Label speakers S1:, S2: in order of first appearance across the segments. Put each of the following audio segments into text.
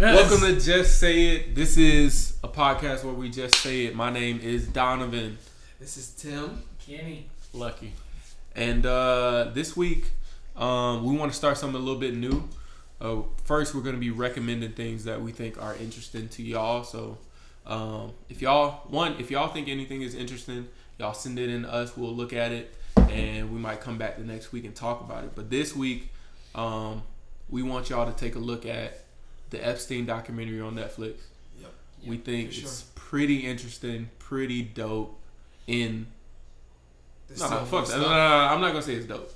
S1: Welcome to Just Say It. This is a podcast where we just say it. My name is Donovan
S2: This is Tim.
S3: Kenny.
S1: Lucky, and uh, this week um, we want to start something a little bit new. Uh, first, we're going to be recommending things that we think are interesting to y'all. So, um, if y'all one, if y'all think anything is interesting, y'all send it in to us. We'll look at it, and we might come back the next week and talk about it. But this week, um, we want y'all to take a look at the Epstein documentary on Netflix.
S2: Yep.
S1: We think
S2: for
S1: it's
S2: sure.
S1: pretty interesting, pretty dope. In
S2: This
S1: no,
S2: is
S1: no,
S2: some
S1: fuck
S2: good
S1: that. No, no, no,
S2: stuff.
S1: I'm not gonna say it's dope.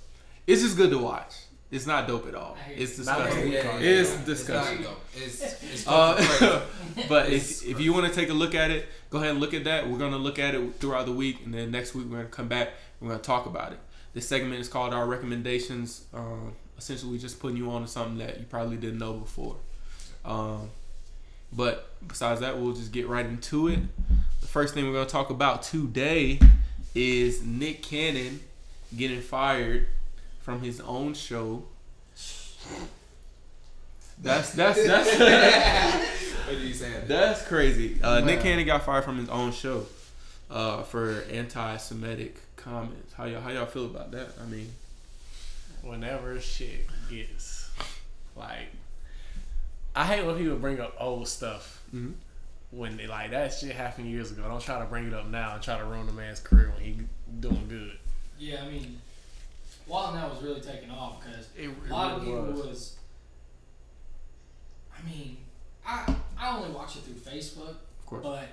S1: It's just good to watch. It's not dope at all.
S3: I hear
S1: It's
S3: you.
S1: disgusting.
S3: Yeah, yeah, yeah.
S1: It's
S2: not
S1: disgusting.
S2: dope. It's, it's fucking crazy.
S1: Uh, but
S2: It's
S1: if, if you want to take a look at it, go ahead and look at that. We're gonna look at it throughout the week, and then next week we're gonna come back. We're gonna talk about it. This segment is called our recommendations. Um, essentially, we just putting you on to something that you probably didn't know before. Um, but besides that, we'll just get right into it. The first thing we're gonna talk about today is Nick Cannon getting fired from his own show. That's that's that's.
S2: What are you saying?
S1: That's crazy. Uh, Nick
S2: Wow.
S1: Cannon got fired from his own show uh, for anti-Semitic comments. How y'all how y'all feel about that? I mean,
S3: Whenever shit gets like, I hate when people bring up old stuff
S1: Mhm.
S3: when they like that shit happened years ago. Don't try to bring it up now and try to ruin the man's career when he doing good.
S4: Yeah, I mean, Wild Now was really taking off because
S3: It,
S4: a lot of people was. I mean, I I only watch it through Facebook,
S1: of course.
S4: but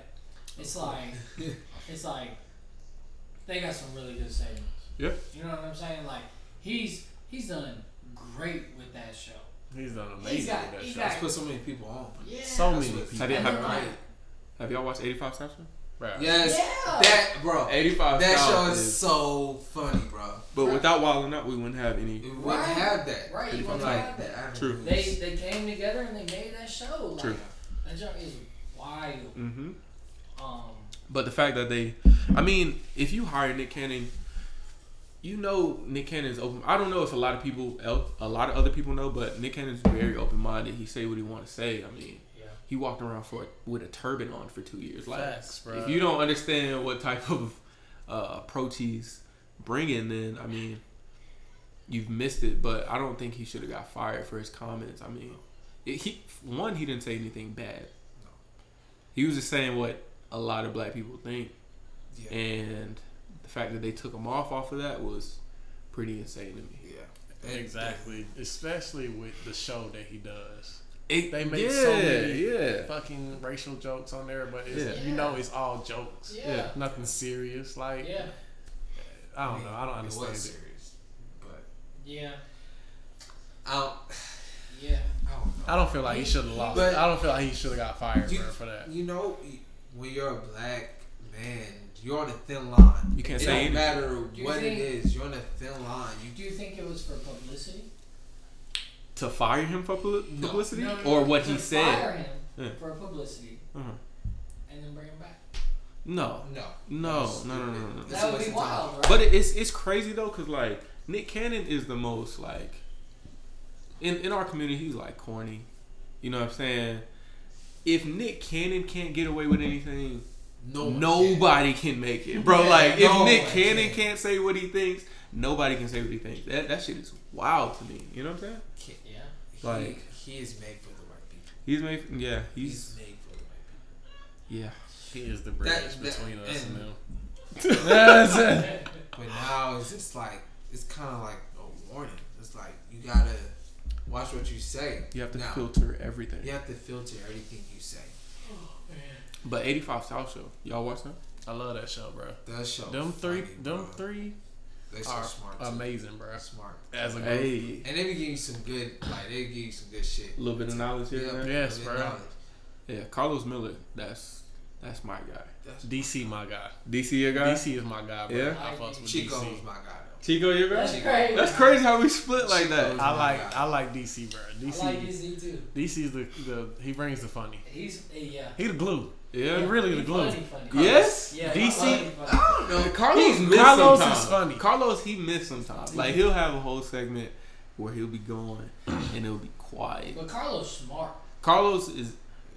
S4: it's like it's like they got some really good savings.
S1: Yeah.
S4: You know what I'm saying? Like he's he's done great with that show.
S3: he's done amazing
S4: He's got
S3: with that
S4: he's
S3: shit.
S4: got
S2: Let's put so many people on.
S4: yeah.
S3: so many
S2: That's
S3: people.
S1: I didn't
S4: And
S1: have
S4: then, like,
S1: Have y'all watched 85 South Show?
S3: Bruh.
S2: Yes.
S4: Yeah.
S2: That, bro.
S1: 85
S2: That show
S1: South
S2: is so funny, bro.
S1: But without Wild Out, we wouldn't have any.
S2: We wouldn't
S4: Right.
S2: have that.
S4: Right,
S2: If
S4: you wouldn't
S2: like
S4: have that.
S2: I
S1: True.
S2: mean,
S4: they they came together and they made that show. Like,
S1: True.
S4: That show is wild.
S2: Mm-hmm.
S1: hmm
S4: Um.
S1: But the fact that they, I mean, if you hire Nick Cannon, you know Nick Cannon's open. I don't know if a lot of people, el- a lot of other people know, but Nick Cannon's very open minded. He say what he want to say. I mean,
S4: Yeah.
S1: he walked around for with a turban on for two years. Like,
S3: Facts, bro.
S1: if you don't understand what type of uh, approach he's bringing, then I mean, you've missed it. But I don't think he should have got fired for his comments. I mean, it, he one he didn't say anything bad.
S2: No.
S1: He was just saying what a lot of black people think,
S2: Yeah.
S1: and the fact that they took him off off of that was pretty insane to me.
S2: yeah. That-
S3: exactly, especially with the show that he does.
S1: It-
S3: They made so many-
S1: yeah.
S3: Fucking racial jokes on there, but it's,
S4: Yeah.
S3: you know it's all jokes.
S4: Yeah.
S3: Nothing serious. Like
S4: Yeah.
S3: I don't know. I don't understand
S2: It
S3: it.
S2: was serious, but
S4: Yeah.
S2: I don't,
S4: Yeah.
S2: I don't know.
S3: I don't feel like he should have lost.
S2: But-
S3: I don't feel like he should have got fired
S2: You-
S3: bro, for that.
S2: You know, when you're a black man, you're on a thin line.
S1: You can't
S2: it
S1: say anything.
S2: don't matter
S4: Do you
S2: what it
S4: think-
S2: is. You're on a thin line. You
S4: Do you think it was for publicity?
S1: To fire him for publi-
S2: No.
S1: publicity
S4: No, no, no,
S1: or what
S4: to
S1: he said.
S4: Fire him
S1: Yeah.
S4: for publicity
S1: Uh-huh.
S4: and then bring him back.
S1: No,
S2: no,
S1: no,
S2: That's
S1: no, no, no,
S2: stupid.
S1: no. no.
S2: It's a
S4: that would
S2: waste
S4: be
S2: of time.
S4: wild, right?
S1: But it- it's it's crazy though, cause like Nick Cannon is the most like in in our community he's like corny. You know what I'm saying? If Nick Cannon can't get away with anything,
S2: no, one
S1: nobody can make it, bro.
S2: Yeah,
S1: like if
S2: no
S1: Nick
S2: one
S1: Cannon
S2: can.
S1: can't say what he thinks, nobody can say what he thinks. That that shit is wild to me. You know what I'm saying?
S2: can.
S4: yeah.
S2: He,
S1: Like-
S2: he is made for the right people.
S1: He's made yeah
S2: He's,
S1: he's
S2: made for the right people.
S1: yeah.
S3: He is the bridge
S2: That- that-
S3: between us and
S2: and-
S3: them.
S2: But now it's just like it's kind of like a warning. It's like you gotta watch what you say.
S1: You have to
S2: now.
S1: filter everything.
S2: You have to filter everything you say.
S1: But 85 South Show, y'all watch that?
S3: I love that show, bro.
S2: That show.
S3: Them three,
S2: funny,
S3: them
S2: Oh, bro.
S3: three
S2: They so
S3: are
S2: smart. too.
S3: amazing, bro.
S2: Smart.
S3: As a group,
S1: Hey,
S2: And they be giving you some good, like they give you some good shit.
S1: a little bit of knowledge here.
S2: Yeah,
S1: and there.
S3: Yes,
S2: good
S3: bro.
S2: knowledge.
S1: Yeah, Carlos Miller. That's that's my guy.
S2: That's-
S3: DC, my guy.
S1: DC your guy.
S3: DC is my guy, bro.
S1: Yeah.
S3: I fucks with
S2: Chico
S3: DC.
S2: was my guy though.
S1: Chico your guy.
S4: That's great.
S1: That's crazy how we split like that.
S3: I like, I like DC, bro. DC,
S4: I like Izzy too.
S3: DC is the, the he brings the funny.
S4: He's uh, yeah.
S3: He the glue. He
S1: Yeah.
S3: really
S4: He
S3: the glue.
S4: funny, funny.
S1: Yes.
S4: Yeah.
S3: DC
S4: funny, funny.
S2: I don't know.
S1: Carlos,
S3: He-
S1: miss
S3: Carlos
S1: sometimes.
S3: is funny.
S1: Carlos, he missed sometimes.
S2: Mm-hmm.
S1: Like he'll have a whole segment where he'll be going and it'll be quiet.
S4: But Carlos smart.
S1: Carlos is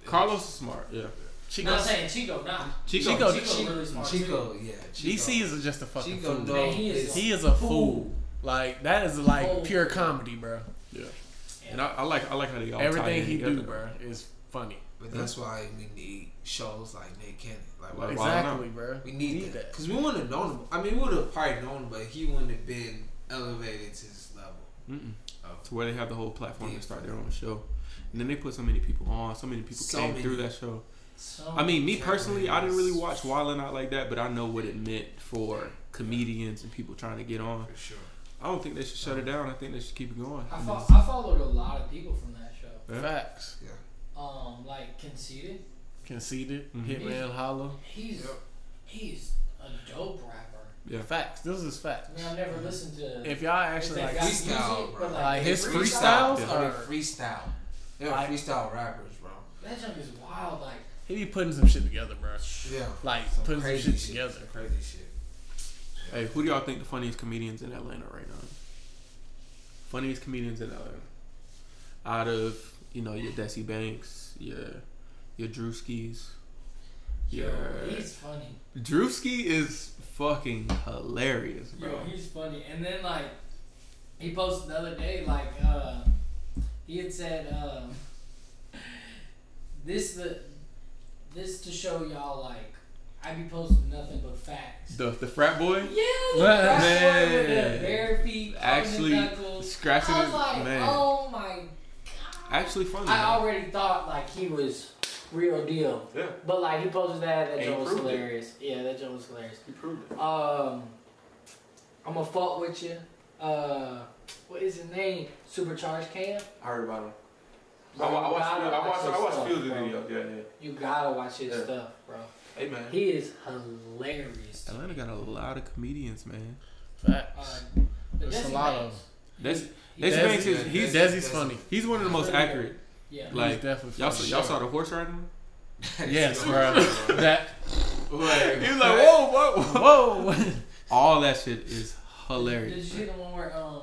S1: Carlos is smart. Yeah.
S4: No, I'm
S3: Chico's,
S4: saying Chico, nah.
S1: Chico.
S3: Chico-
S4: Chico really smart.
S2: Chico, yeah.
S3: DC is just a fucking
S2: Chico
S3: fool.
S2: dog
S4: he is-
S2: is
S3: He is a fool. Like that is like
S4: Fool.
S3: pure comedy, bro.
S1: Yeah. And I, I like I like how they all tie
S3: Everything
S1: in
S3: he
S1: together.
S3: do, bro, is funny.
S2: But that's why we need shows like Nick Cannon. Like
S1: Like,
S2: why
S1: why not?
S3: Exactly, bro.
S2: we need, that because we wouldn't have known him. I mean, we would have probably known, him, but he wouldn't have been elevated to this level.
S1: Mm-mm.
S2: of-
S1: To where they have the whole platform
S2: Oh. Yeah.
S1: to start their own show, and then they put so many people on. So many people
S2: So
S1: came
S2: many.
S1: through that show.
S4: So,
S1: I mean, me
S2: Jack
S1: personally, I didn't really
S2: Williams.
S1: watch Wildin' Out like that, but I know what it meant for comedians and people trying to get on.
S2: For sure.
S1: I don't think they should shut it down. I think they should keep it going.
S4: I, fo- I followed a lot of people from that show.
S1: Yeah.
S3: Facts.
S2: Yeah.
S4: Um, like Conceited,
S3: Conceited.
S1: Mhm.
S3: Hitman Hollow.
S4: he's
S2: Yep.
S4: he's a dope rapper.
S1: Yeah.
S3: Facts. This is
S4: I
S3: facts.
S4: mean, I've never listened to.
S3: If y'all actually
S4: they
S3: like
S4: got
S2: Freestyle,
S4: music,
S2: bro.
S4: but,
S3: Like,
S4: they
S3: his
S4: freestyle.
S3: freestyles
S1: Yeah.
S2: Are
S3: are
S2: freestyle. They're
S3: Like-
S2: freestyle rappers, bro.
S4: That junk is wild. Like
S3: he be putting some shit together, bro.
S2: Yeah.
S3: Like
S2: Some
S3: putting some
S2: crazy
S3: shit
S2: shit.
S3: together.
S2: Some crazy shit.
S1: Hey, who do y'all think the funniest comedians in Atlanta right now? Funniest comedians in Atlanta. Out of, you know, your Desi Banks, your your Drewskis.
S4: yo,
S1: Yeah.
S4: he's funny.
S1: Drewski is fucking hilarious, bro.
S4: Yo, he's funny. And then like he posted the other day, like uh he had said, um this the this to show y'all like I be posting nothing but facts.
S1: The the frat boy
S4: Yeah,
S3: Man.
S4: that's man. with the bare feet,
S1: Actually
S4: actually, knuckles.
S1: scratching
S4: I was
S1: his
S4: like,
S1: man.
S4: oh my god.
S1: Actually funny.
S4: I
S1: man.
S4: already thought like he was real deal,
S1: yeah,
S4: but like he posted that, that
S1: And he
S4: joke was
S1: proved it.
S4: hilarious. Yeah, that joke was hilarious.
S1: he proved it.
S4: Um, I'm gonna fault with you. Uh, what is his name? Supercharged Cam.
S1: I heard about him.
S4: You gotta watch his stuff, bro.
S1: Yeah, yeah.
S4: You gotta watch his
S1: Yeah.
S4: stuff, bro.
S1: Hey man.
S4: He is hilarious.
S1: Atlanta got a lot of comedians, man.
S4: Uh,
S3: Facts.
S4: but
S3: There's a
S4: Desi
S3: lot of
S4: Banks,
S1: That's
S4: he-
S1: Desi
S4: he-
S1: Banks
S3: Desi-
S1: is he's
S2: Desi-
S3: Desi's funny.
S1: he's one of the most accurate.
S4: Yeah.
S1: Like,
S3: he's definitely
S1: Y'all
S3: funny.
S1: saw, y'all saw the horse riding one?
S3: Yes, bro. that
S1: He
S2: Wait.
S1: was like, whoa, whoa,
S3: whoa.
S1: All that shit is
S4: Did you
S1: hilarious.
S4: see the one where um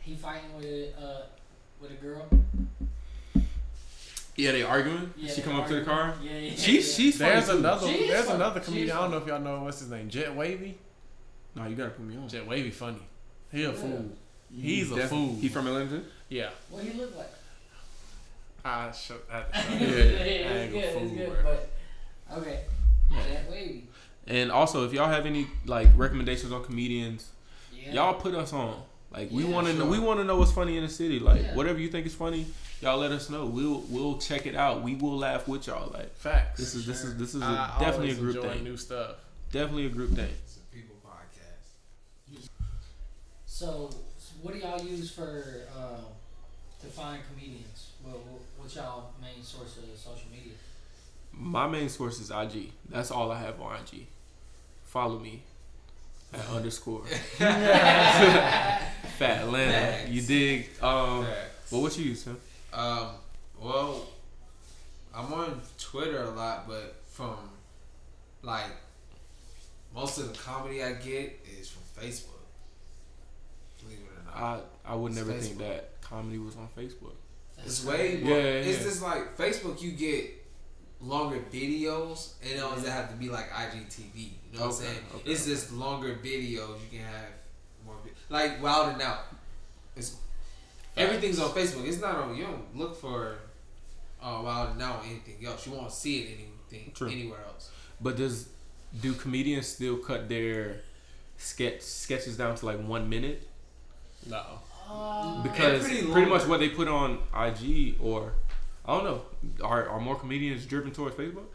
S4: he fighting with uh with a girl?
S1: Yeah, they arguing.
S4: Yeah,
S1: she
S4: they
S1: come up to the car.
S4: Yeah. yeah
S1: She,
S4: yeah.
S1: she's funny
S3: There's
S1: too.
S3: another
S4: She is
S3: there's
S4: funny.
S3: another
S4: She
S3: comedian.
S4: is
S3: I don't know
S4: funny.
S3: if y'all know what's his name. Jet Wavy.
S1: No, you gotta put me on.
S3: Jet Wavy funny. He a
S4: Yeah.
S3: fool. He's a
S1: defi-
S3: fool.
S1: He from Atlanta.
S3: Yeah.
S4: What he look like?
S3: I show that.
S1: Yeah,
S4: it's good.
S3: ain't gonna
S4: It's
S3: fool,
S4: good.
S3: bro.
S4: But okay,
S1: Yeah.
S4: that wavy.
S1: And also, if y'all have any like recommendations on comedians,
S4: Yeah.
S1: y'all put us on. Like we
S4: Yeah,
S1: want to know,
S2: sure.
S1: we want to know what's funny in the city. Like
S4: Yeah.
S1: whatever you think is funny, y'all let us know. We'll we'll check it out. We will laugh with y'all. Like
S3: Facts.
S1: this is this is this is a,
S3: I
S1: definitely a
S3: always
S1: group
S3: enjoy
S1: thing.
S3: New stuff.
S1: Definitely a group thing.
S2: It's a people podcast.
S4: So, s- what do y'all use for uh, to find comedians? What, what, what's y'all main source of social media?
S1: My main source is IG. That's all I have on IG. Follow me at underscore Fat Atlanta.
S2: Facts.
S1: You dig? Um,
S2: Facts.
S1: well, what you use, huh?
S2: Um, well, I'm on Twitter a lot, but from like most of the comedy I get is from Facebook. Believe it or not,
S1: I I would
S2: It's
S1: never think
S2: Facebook.
S1: that comedy was on Facebook.
S2: it's way
S1: Yeah,
S2: more.
S1: yeah,
S2: It's
S1: yeah.
S2: just like Facebook. You get longer videos, and it doesn't have to be like IGTV. You know what
S1: Okay,
S2: I'm saying?
S1: okay,
S2: it's
S1: okay.
S2: just longer videos. You can have more vi- like Wild and Out. It's everything's on Facebook. It's not on. You don't look for uh, Wild and Out or anything else. You won't see it anything
S1: True.
S2: anywhere else.
S1: But does do comedians still cut their sketch sketches down to like one minute?
S3: No.
S4: Uh,
S1: Because
S2: pretty
S1: pretty,
S2: long.
S1: much what they put on IG or I don't know. Are are more comedians driven towards Facebook?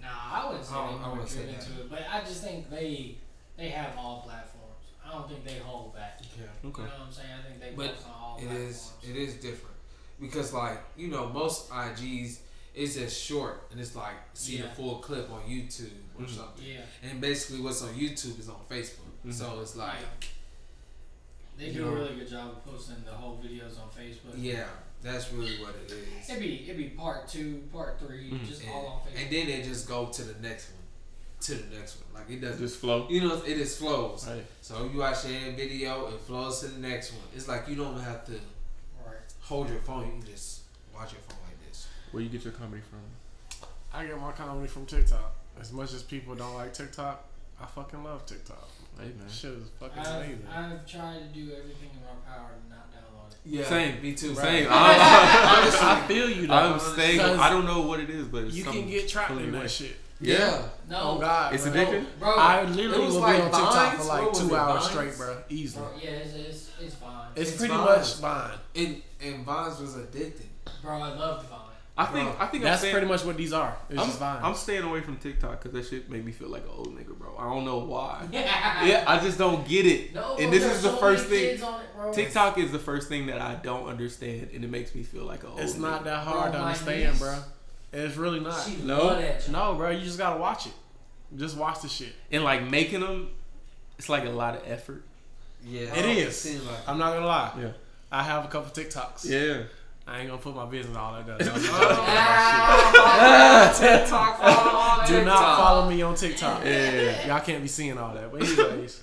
S4: nah, I wouldn't say
S2: I
S4: they
S2: don't- I
S4: were
S2: wouldn't say
S4: driven
S2: that.
S4: to it, but I just think they they have all platforms. I don't think they hold back.
S2: Yeah.
S1: Okay.
S4: You know what I'm saying? I think they
S2: But
S4: post on all
S2: It is.
S4: platforms.
S2: It is different because, like you know, most IGs is just short and it's like see the
S4: Yeah.
S2: full clip on YouTube or
S1: Mhm.
S2: something.
S4: yeah,
S2: And basically, what's on YouTube is on Facebook.
S1: Mhm.
S2: So
S3: Mm-hmm.
S2: it's like,
S4: they
S2: you
S4: do
S2: know-
S4: a really good job of posting the whole videos on Facebook.
S2: yeah, that's really what it is.
S4: It'd be it'd be part two, part 3
S1: Mhm.
S4: just
S2: Mm, And,
S4: all on Facebook.
S2: and then they just go to the next one, to the next one. Like it doesn't.
S1: Just flow.
S2: You know, it just flows.
S1: Right.
S2: So you watch that video, it flows to the next one. It's like you don't have to
S4: right.
S2: hold your phone. You can just watch your phone like this.
S1: Where you get your comedy from?
S3: I get my comedy from TikTok. As much as people don't like TikTok, I fucking love TikTok.
S1: Hey man.
S3: Shit is fucking
S4: I've,
S3: amazing.
S4: I've tried to do everything in my power to not download it.
S2: Yeah,
S1: Same.
S2: Me too.
S1: Same.
S2: Right.
S1: I,
S2: Honestly,
S3: I feel you though.
S1: I'm staying.
S3: Because
S1: I don't know what it is, but it's
S3: you
S1: something
S3: can get trapped
S1: pulling
S3: in
S1: you
S3: that
S1: away.
S3: shit.
S2: Yeah.
S4: No,
S3: Oh God,
S1: It's
S3: bro.
S1: addictive.
S4: bro,
S3: I literally
S2: It was
S3: will
S2: like
S3: be on TikTok for
S2: Vines? What
S3: like
S2: was
S3: two
S2: it,
S3: hours
S2: Vines?
S3: straight, bro. Easy.
S4: bro, yeah, it's, it's, it's fine.
S3: It's,
S2: It's
S3: pretty
S2: Vines.
S3: much Vine.
S2: And and Vines was addicted.
S4: Bro, I love Vine.
S1: I think. I think I'm
S3: That's
S1: staying-
S3: pretty much what these are. It's
S1: I'm,
S3: just Vine.
S1: I'm staying away from TikTok because that shit make me feel like an old nigga, bro. I don't know why.
S4: Yeah.
S1: yeah, I just don't get it.
S4: No, bro,
S1: and this
S4: there's
S1: is the
S4: so
S1: first
S4: many
S1: thing.
S4: kids on it, bro.
S1: TikTok is the first thing that I don't understand, and it makes me feel like an old.
S3: it's not
S1: nigga.
S3: that
S4: Bro,
S3: hard to
S4: my
S3: understand,
S4: niece-
S3: bro. It's really not.
S4: She
S1: No.
S4: love that. shit.
S3: No, bro. You just gotta watch it. Just watch the shit.
S1: And like making them, it's like a lot of effort.
S2: Yeah.
S3: It is.
S2: seemed like
S3: I'm not gonna lie.
S1: Yeah.
S3: I have a couple TikToks.
S1: Yeah.
S3: I ain't gonna put my business all that. That was a joke.
S1: Oh,
S2: Ah, TikTok, follow all
S3: Do
S2: TikTok.
S3: not follow me on TikTok.
S1: Yeah.
S3: Y'all can't be seeing all that. But anyways,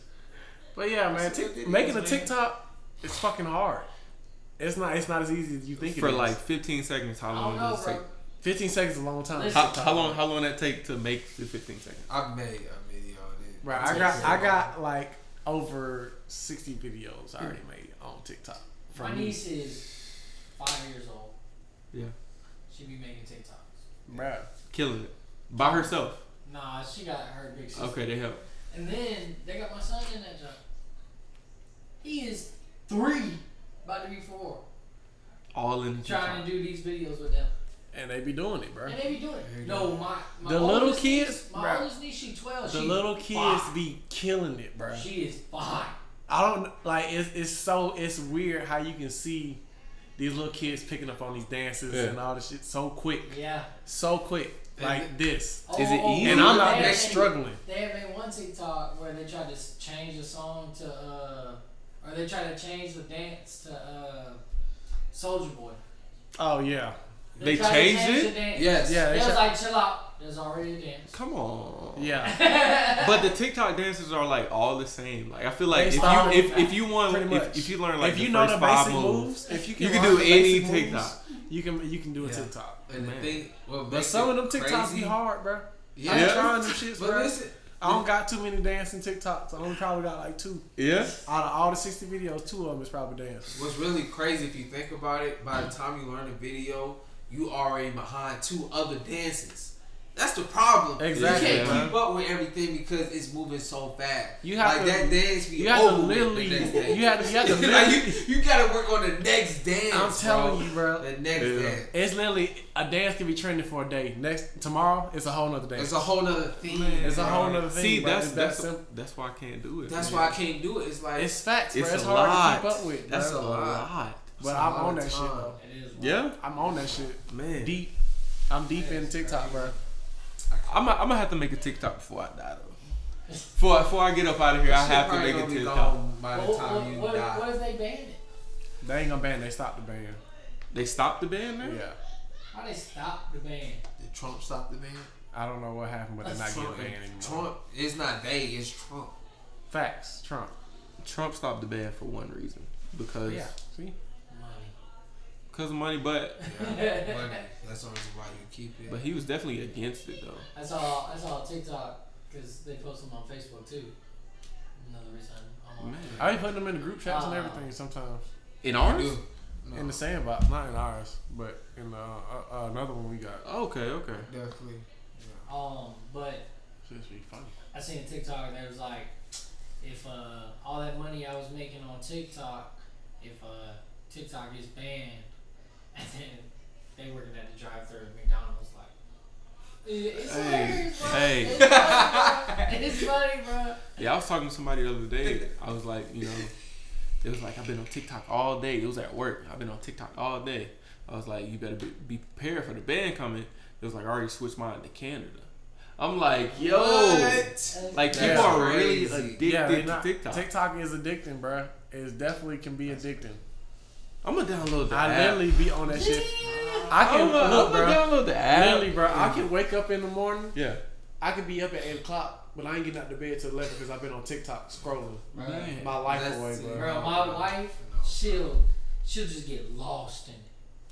S3: but yeah, man,
S2: It's
S3: Tik-
S2: good videos,
S3: making a
S2: man.
S3: TikTok is fucking hard. It's not. It's not as easy as you think. it
S1: For
S3: is.
S1: like 15 seconds, how
S4: I don't
S1: long
S4: know,
S1: does it
S4: bro.
S1: take?
S3: fifteen seconds, is a long time.
S4: Listen.
S1: How,
S3: TikTok.
S1: how long? How long that take to make the 15 seconds?
S2: I've made a video on it.
S3: Right. I got. I got like over sixty videos I already made on TikTok.
S4: My
S3: From
S4: niece is five years old.
S1: Yeah.
S4: She be making TikToks.
S3: bro.
S1: Killing it by herself.
S4: Nah, she got her big sister.
S1: Okay, they help.
S4: And then they got my son in that job. He is three, about to be four,
S1: All in the
S4: trying
S1: TikTok.
S4: to do these videos with them,
S3: And they be doing it, bro.
S4: and they be doing
S2: There you
S4: it. No, my, my
S3: The little
S4: oldest niece-
S3: kids,
S4: my
S3: bruh.
S4: oldest niece, she twelve.
S3: The
S4: she
S3: little kids
S4: fine.
S3: be killing it, bro.
S4: She is fine.
S3: I don't like it's it's so it's weird how you can see these little kids picking up on these dances
S1: Yeah.
S3: and all this shit so quick,
S4: Yeah.
S3: so quick,
S2: And
S3: like this.
S4: Oh,
S1: Is it
S4: oh,
S1: easy?
S3: And I'm
S4: they
S3: out there
S4: had-
S3: struggling.
S4: They had made one TikTok where they tried to s- change the song to, uh, or they tried to change the dance to uh, Soldier Boy.
S3: Oh yeah,
S1: They
S4: tried to
S1: changed
S4: change
S1: it?
S4: The dance.
S2: Yes.
S3: yeah,
S4: They
S3: they
S4: was
S3: try-
S4: like, chill out. There's already a dance.
S1: Come on.
S3: yeah.
S1: But the TikTok dances are like all the same. Like I feel like
S3: They
S1: if
S3: style-
S1: you if, if you want
S3: pretty
S1: if,
S3: much.
S1: if you learn like
S3: if
S1: the
S3: you know
S1: first
S3: the
S1: five
S3: basic
S1: moves,
S3: moves, if you can,
S1: you can
S3: learn
S1: do
S3: the
S1: any
S3: basic moves,
S1: TikTok.
S3: You can you can do a
S2: Yeah.
S3: TikTok.
S2: And
S1: Man.
S2: the thing, what
S3: But
S2: makes
S3: some
S2: it
S3: of them TikToks
S2: crazy,
S3: be hard, bro.
S2: Yeah.
S3: I'm
S1: Yeah.
S3: trying them shits,
S2: But
S3: bro.
S2: listen,
S3: I don't got too many dancing TikToks. I only probably got like two
S1: Yeah.
S3: out of all the sixty videos. Two of them is probably dancing.
S2: what's really crazy if you think about it, by the time you learn the video, you already behind two other dances. That's the problem.
S3: Exactly,
S2: You can't
S1: man.
S2: keep up with everything because it's moving so fast.
S3: You have
S2: like
S3: to-
S2: that dance be
S3: You have
S2: over
S3: to
S2: with
S3: literally,
S2: the next day.
S3: you have to, you have to
S2: Like,
S3: literally.
S2: you, you gotta work on the next dance.
S3: I'm telling
S2: bro.
S3: you, bro.
S2: The next
S1: Yeah.
S2: dance.
S3: It's literally a dance can be trending for a day. Next tomorrow, it's a whole nother day.
S2: It's a whole nother thing.
S3: It's a
S2: bro.
S3: whole nother thing.
S1: See,
S3: bro.
S1: that's
S3: It's that
S1: that's
S3: simple.
S1: that's why I can't do it.
S2: That's
S1: man.
S2: why I can't do it. It's like
S3: It's facts, bro.
S1: It's
S3: It's,
S1: a
S3: hard
S1: lot.
S3: to keep up with.
S1: That's
S3: bro.
S1: a lot.
S2: It's
S3: But
S2: a
S3: I'm
S2: lot
S3: on
S2: of
S3: that shit
S2: time.
S3: though.
S4: It is.
S1: Yeah,
S3: I'm on that shit.
S1: man.
S3: Deep. I'm deep in TikTok, bro.
S1: I'm gonna- I'm gonna have to make a TikTok before I die though. Before before I get up out of here, I
S2: Shit
S1: have to
S2: probably
S1: make a
S2: gonna be
S1: TikTok.
S2: gone by
S4: What,
S2: the
S4: what,
S2: time you
S4: what,
S2: die.
S4: what if they ban it?
S3: They ain't gonna ban. They stopped the ban.
S1: They stopped the band now.
S3: Yeah.
S4: How they stop the ban?
S2: Did Trump stop the ban?
S3: I don't know what happened, but they're not getting
S2: Trump,
S3: banned anymore.
S2: Trump. It's not they. It's Trump.
S3: Facts. Trump.
S1: Trump stopped the band for one reason because
S3: Yeah. See.
S4: Money.
S1: because of money, but
S2: Yeah, money. That's the only reason why you keep it.
S1: but he was definitely against it though.
S4: I saw I saw a TikTok because they post them on Facebook too. Another reason Um, I'm on.
S1: Man,
S3: I be putting them in the group chats and
S4: Uh,
S3: everything sometimes.
S1: in
S2: You
S1: ours?
S2: do. No,
S3: In the sandbox, not in ours, but in uh, uh, uh, another one we got.
S1: Okay, okay.
S2: definitely. Yeah.
S4: Um, but
S3: Should be funny.
S4: I seen a TikTok that was like, if uh, all that money I was making on TikTok, if uh, TikTok is banned, and then they working at the drive-through at McDonald's, like, it- it's
S1: Hey,
S4: hilarious, bro.
S1: hey.
S4: It's funny, bro. It's funny, bro.
S1: Yeah, I was talking to somebody the other day. I was like, you know, it was like I've been on TikTok all day. It was at work. I've been on TikTok all day. I was like, you better be, be prepared for the ban coming. It was like I already switched mine to Canada. I'm like, yo,
S2: What?
S1: like people
S3: That's
S1: are
S2: crazy.
S1: really addicted
S3: yeah, they
S1: to
S3: not,
S1: TikTok.
S3: TikTok. is addicting, bruh. It definitely can be addicting.
S1: I'm gonna download the
S3: I
S1: app.
S3: literally be on that shit. I
S1: I'm
S3: can
S1: gonna, I'm
S3: look,
S1: gonna
S3: bruh.
S1: download the app.
S3: Literally, bruh. I can wake up in the morning.
S1: Yeah.
S3: I could be up at eight o'clock, but I ain't getting out to bed till eleven because I've been on TikTok scrolling
S1: Man.
S3: my life
S2: That's
S3: away,
S2: it,
S3: bruh.
S4: Bro, my wife,
S2: No.
S4: she'll she'll just get lost in it.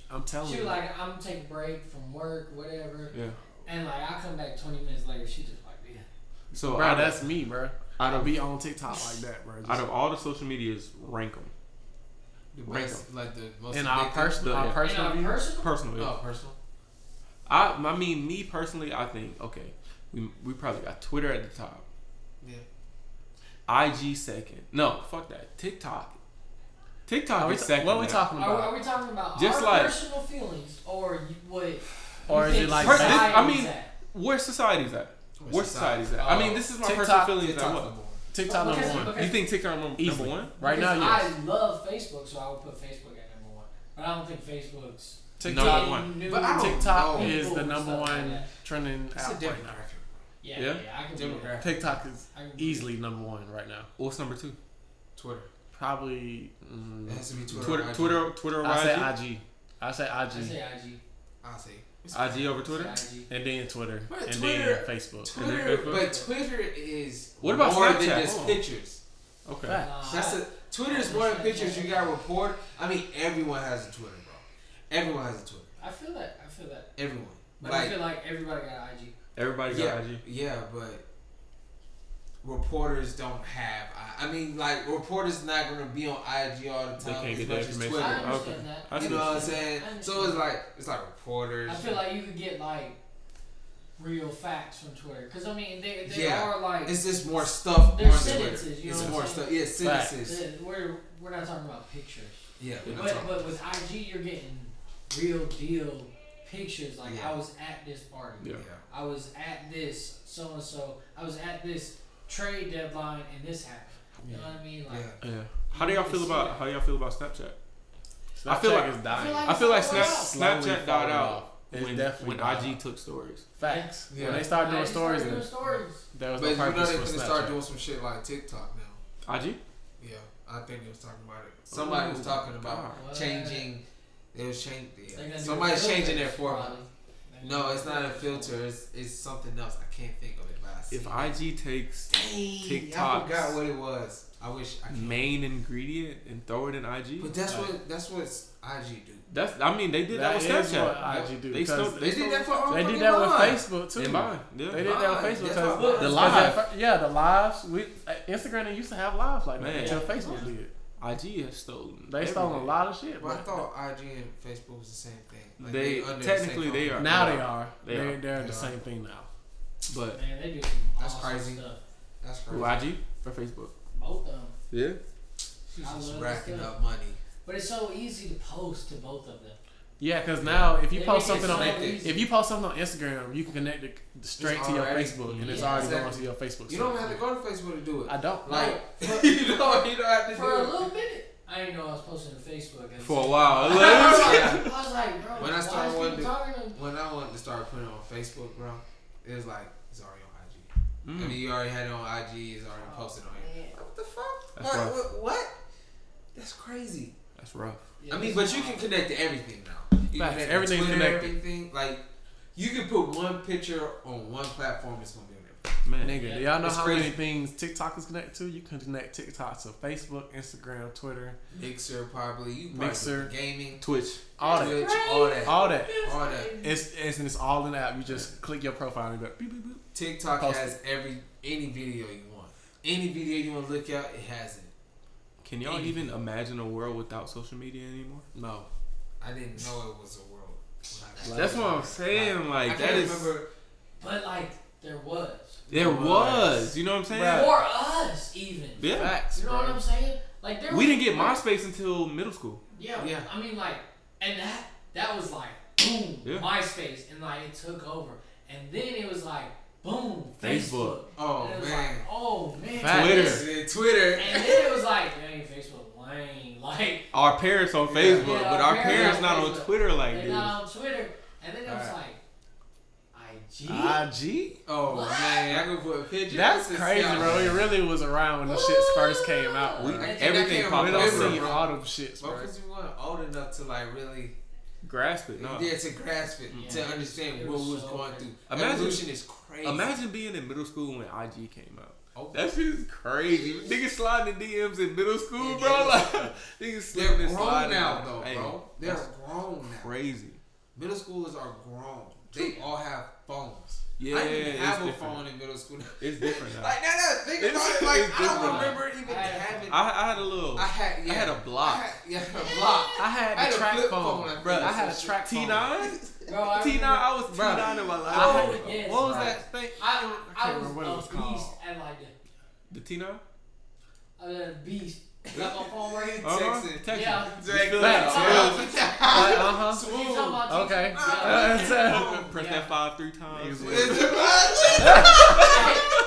S1: I'm
S3: Oh,
S1: telling
S4: She
S1: you.
S4: was like, I'm taking a break from work, whatever.
S1: yeah.
S4: And like I come back 20 minutes later, she just like, yeah.
S1: So
S3: bro,
S1: out,
S3: that's
S1: of,
S3: me, bro.
S1: out
S3: I'll
S1: of
S3: be on TikTok like that, bro.
S1: out of all the social medias, rank them.
S2: The
S1: Rank
S2: best, like the most.
S3: in our
S2: addictive-
S3: personal,
S1: Yeah.
S3: our personal
S4: and
S3: view.
S4: our personal,
S1: Personally,
S2: Oh, personal.
S1: I I mean me personally, I think okay, we we probably got Twitter at the top.
S2: Yeah.
S1: IG second. No, fuck that. TikTok. TikTok
S3: Are we
S1: is
S3: ta-
S1: second.
S3: what are we
S1: now.
S3: talking
S4: are,
S3: about?
S4: are we talking about
S1: Just
S4: our
S1: like-
S4: personal feelings or you, what? you
S3: Or is
S4: think
S3: it like-
S1: Per- this-
S4: society
S1: I
S4: is
S1: mean,
S4: at?
S1: Where society's at?
S2: Where
S1: Where
S2: society-
S1: society's at?
S2: oh,
S1: I mean, this is my
S3: TikTok-
S1: personal feelings.
S2: TikTok
S1: on
S2: the
S1: what?
S2: more.
S3: TikTok
S4: Because-
S3: number one.
S4: because-
S1: You think TikTok number, number
S3: Easily.
S1: one?
S3: Right now,
S4: Because
S3: yes.
S4: I love Facebook, so I would put Facebook at number one. But I don't think Facebook's
S1: Number
S3: TikTok,
S1: one.
S4: new-
S2: But I don't-
S3: TikTok
S2: know.
S3: is the
S4: People
S3: number
S4: stuff like
S3: one
S4: that.
S3: trending
S2: Oh. It's a
S3: app right
S2: different
S3: now.
S4: Yeah, yeah,
S1: Yeah?
S4: I can do that.
S2: demographic.
S3: TikTok is
S4: I can do
S3: easily number one right now.
S1: What's number two?
S2: Twitter.
S3: Probably. Mm,
S2: It has to be Twitter.
S1: Twitter,
S2: or IG.
S1: Twitter, Twitter, or
S3: I
S1: IG?
S3: say IG. I say
S4: that. I
S3: IG,
S4: say IG.
S2: I see.
S1: IG over Twitter.
S4: I say IG.
S3: and then Twitter,
S2: But
S3: and
S2: Twitter-
S3: then Facebook.
S2: Twitter, but Twitter is
S1: What about
S2: more
S1: Snapchat?
S2: than just
S1: Hold on.
S2: pictures.
S1: Okay.
S3: Fact.
S4: Nah,
S2: That's a Twitter is more than pictures. You got report. I mean, everyone has a Twitter, bro. Everyone has a Twitter.
S4: I feel that. I feel that.
S2: Everyone.
S4: But I feel like everybody got IG.
S1: Everybody got
S2: yeah,
S1: IG.
S2: yeah, but reporters don't have. I, I mean, like reporters not gonna be on IG all the
S1: They
S2: time
S1: can't
S2: as
S1: get
S2: much
S1: that
S2: as
S1: information.
S2: Twitter.
S4: I
S1: Okay.
S4: understand that.
S1: I
S2: you
S1: see.
S2: know what I'm
S4: I
S2: saying?
S4: understand.
S2: So it's like it's like reporters.
S4: I feel like you could get like real facts from Twitter because I mean they, they
S2: Yeah.
S4: are like
S2: it's just more stuff
S4: They're
S2: on
S4: sentences,
S2: Twitter.
S4: you know
S2: it's
S4: what
S2: more
S4: I'm
S2: stuff. Yeah, sentences.
S4: the- we're we're not talking about pictures,
S2: Yeah,
S1: Yeah.
S2: that's
S4: but
S2: all.
S4: but with IG you're getting real deal pictures like
S2: Yeah.
S4: I was at this party,
S1: Yeah.
S2: Yeah.
S4: I was at this so and so, I was at this trade deadline and this happened. You know what I mean? Like
S2: Yeah.
S1: Yeah. How do y'all feel about how do y'all feel about Snapchat? I feel
S3: Snapchat
S1: like-
S3: is
S4: I feel
S3: dying.
S4: like
S1: I feel like Snap,
S4: It's
S3: slowly
S1: Snapchat died
S3: falling
S1: out
S3: off. It's
S1: when
S3: definitely
S1: when
S3: died
S1: IG
S3: out.
S1: took stories.
S3: Facts.
S2: Yeah.
S3: When they started
S4: I
S3: doing
S4: just
S3: stories,
S4: started doing
S3: then
S4: stories.
S3: there was
S2: But
S3: no
S2: you know
S3: purpose
S2: they're
S3: for
S2: gonna start
S3: Snapchat.
S2: doing some shit like TikTok now.
S1: IG.
S2: Yeah, I think they was talking about it. Somebody was talking about
S1: God.
S4: What?
S2: changing. They was changing.
S4: They're gonna
S2: Yeah.
S4: do
S2: Somebody's
S4: filters,
S2: changing their format.
S4: probably. They're
S2: No,
S4: gonna
S2: it's
S4: do
S2: not a
S4: filters.
S2: filter. It's, it's something else. I can't think of it. But I see.
S1: If IG takes
S2: Dang, I
S1: TikToks.
S2: forgot what it was. I wish. I could.
S1: main ingredient and throw it in IG,
S2: But that's what that's what IG do.
S1: that's I mean they did that,
S3: That
S1: with
S3: is
S1: Snapchat.
S3: what IG do.
S1: They still-
S3: because
S2: They did that for all
S3: They
S2: fucking
S3: did that with
S2: lives.
S3: Facebook too.
S1: And mine,
S3: They
S1: yeah.
S3: did that with
S2: Live,
S3: Facebook.
S2: that's
S3: 'cause-
S2: what-
S1: that's
S3: the
S1: live.
S3: live, yeah, the lives. We uh, Instagram used to have lives like that
S1: Man.
S3: until
S4: Yeah.
S3: Facebook did.
S1: IG has stolen.
S3: They stole a
S1: everything.
S3: lot of shit.
S2: But I
S3: bro.
S2: thought IG and Facebook was the same thing. Like,
S1: They-
S2: under the
S1: technically
S2: same
S1: they
S2: company.
S1: are.
S3: now they are.
S1: They
S3: They are.
S1: are.
S3: They're, they're
S2: They are.
S3: the same thing now.
S1: But
S4: Man, they do some
S2: That's
S4: awesome
S2: crazy.
S4: stuff.
S2: That's
S1: who
S2: crazy.
S1: IG or Facebook?
S4: Both of them.
S1: Yeah.
S2: She's
S4: I
S2: just
S4: love
S2: racking
S4: this stuff.
S2: up money.
S4: But it's so easy to post to both of them.
S3: Yeah, because now if you
S4: They
S3: post
S4: make it
S3: something on
S4: so easy.
S3: if you post something on Instagram, you can connect it straight
S2: It's
S3: to your
S2: already-
S3: Facebook, and it's
S4: Yeah,
S3: already
S2: exactly.
S3: going to your Facebook.
S2: You don't
S3: search.
S2: have to go to Facebook to do it.
S3: I don't like.
S2: Like you know, you don't have to
S4: For a
S2: do it.
S4: little minute, I didn't know I was posting to Facebook. And
S1: For a
S4: so-
S1: while.
S4: I was
S1: Look.
S4: like, I was like, bro,
S2: When I
S4: why
S2: started
S4: is
S2: wondering-
S4: people talking to
S2: When I wanted to start putting it on Facebook, bro, it was like it's already on IG.
S3: Mm.
S2: I mean, you already had it on IG. It's already posted on here.
S4: Man,
S2: What the fuck?
S1: That's
S2: Like,
S1: rough.
S2: what, what? That's crazy.
S1: That's rough.
S4: yeah,
S2: I mean,
S4: this
S2: but
S4: is
S2: you
S4: wild.
S2: can connect to everything now. You
S3: Facts.
S2: connect to
S3: Everything's
S2: Twitter,
S3: connected.
S2: Everything like you can put one picture on one platform. It's gonna be on everything.
S1: Man.
S3: Nigga, do y'all know
S2: It's
S3: how
S2: crazy.
S3: many things TikTok is connected to? You can connect TikTok to Facebook, Instagram, Twitter,
S2: Mixer probably. You probably
S3: Mixer.
S2: do gaming.
S1: Twitch.
S3: all that,
S2: Twitch, all that.
S3: all that.
S2: all that.
S3: It's, it's and it's all in the app. You just click your profile and go beep beep beep.
S2: TikTok
S3: Post
S2: has every any video you want. Any video you want to look at, it has it.
S1: Can y'all
S2: Maybe.
S1: even imagine a world without social media anymore?
S3: No,
S2: I didn't know it was a world. when I got
S3: Like-
S1: That's
S2: it.
S1: what I'm saying.
S2: I
S1: Like
S2: can't
S1: that is.
S2: remember.
S4: But like, there was
S1: There was. You know what I'm
S3: Bruh.
S1: saying?
S4: for us even.
S1: Yeah.
S3: facts.
S4: You know
S3: bro.
S4: what I'm saying? Like, there
S1: We
S4: was-
S1: didn't get MySpace until middle school.
S4: Yeah,
S2: Yeah.
S4: I mean, like, and that that was like boom,
S1: Yeah.
S4: MySpace, and like it took over, and then it was like boom,
S1: Facebook.
S4: Facebook.
S2: Oh
S4: And it was
S2: man,
S4: Like, oh man.
S3: Facts.
S1: Twitter.
S2: It's, uh, Twitter.
S4: And then it was like, dang, Facebook lame. Like,
S1: Our parents on
S2: Yeah.
S1: Facebook,
S4: Yeah,
S1: but
S4: our
S1: our
S4: parents
S1: parents
S4: on
S1: not on
S4: Facebook.
S1: Twitter like
S4: they
S1: this.
S4: got on Twitter, and then it was
S2: Alright.
S4: like, IG.
S3: IG.
S2: Oh
S4: What?
S2: man, I can put a picture.
S3: That's
S2: This is-
S3: crazy,
S2: yeah.
S3: bro. It really was around when the shits first came out.
S1: We-
S3: Bro.
S2: I think I
S1: everything
S2: can't
S1: popped
S3: We
S2: remember,
S3: don't
S1: up.
S3: see
S2: bro.
S3: all them shits,
S2: Bro,
S3: bro.
S2: because you weren't old enough to like really
S1: grasp it. No.
S2: Yeah, to grasp it,
S4: Yeah.
S2: to understand
S4: It
S2: what
S4: was
S2: we was
S4: so
S2: going
S4: crazy.
S2: through.
S1: Imagine-
S2: Evolution is crazy.
S1: Imagine being in middle school when IG came out.
S2: Oh,
S1: That shit is crazy. Niggas sliding in DMs in middle school,
S2: Yeah,
S1: bro.
S2: they-
S1: Like, niggas
S2: they're
S1: slipping and
S2: grown
S1: sliding.
S2: now, though,
S1: Hey,
S2: bro. They're
S1: that's
S2: grown now.
S1: Crazy.
S2: Middle schoolers are grown. They all have phones.
S1: Yeah,
S2: I didn't
S1: it's
S2: have a
S1: different.
S2: phone in middle school.
S1: It's different now.
S2: like now that I think
S1: It's-
S2: about it, like
S1: it's
S2: I don't
S1: different.
S2: remember even
S4: I had-
S2: having.
S1: I, I had a little.
S2: I had. Yeah,
S1: I had a
S2: I
S1: block.
S2: had, yeah, a block.
S3: I had
S2: I had
S3: a
S2: a
S3: track
S2: flip
S3: phone.
S2: phone,
S3: bro.
S2: bro.
S3: I had a track
S1: T
S3: phone.
S1: nine.
S4: Bro, I
S1: T nine. I was T
S2: Bro.
S1: nine in my life.
S4: I
S1: bro.
S4: yes,
S1: what was
S4: bro.
S1: that thing?
S4: I, I,
S3: I can't
S4: was,
S3: remember what it was
S4: a
S3: called.
S4: beast at like
S1: The T nine.
S4: the, I was a beast. Like my phone right here.
S1: Uh-huh.
S2: Texas.
S1: Texas.
S4: Yeah.
S1: You
S2: Jack
S1: feel
S3: Back.
S1: that?
S3: uh huh.
S4: You talking about
S3: Okay.
S4: teachers?
S3: Uh, it's, uh,
S1: Yeah. Press that five three times.
S3: Niggas
S1: Yeah.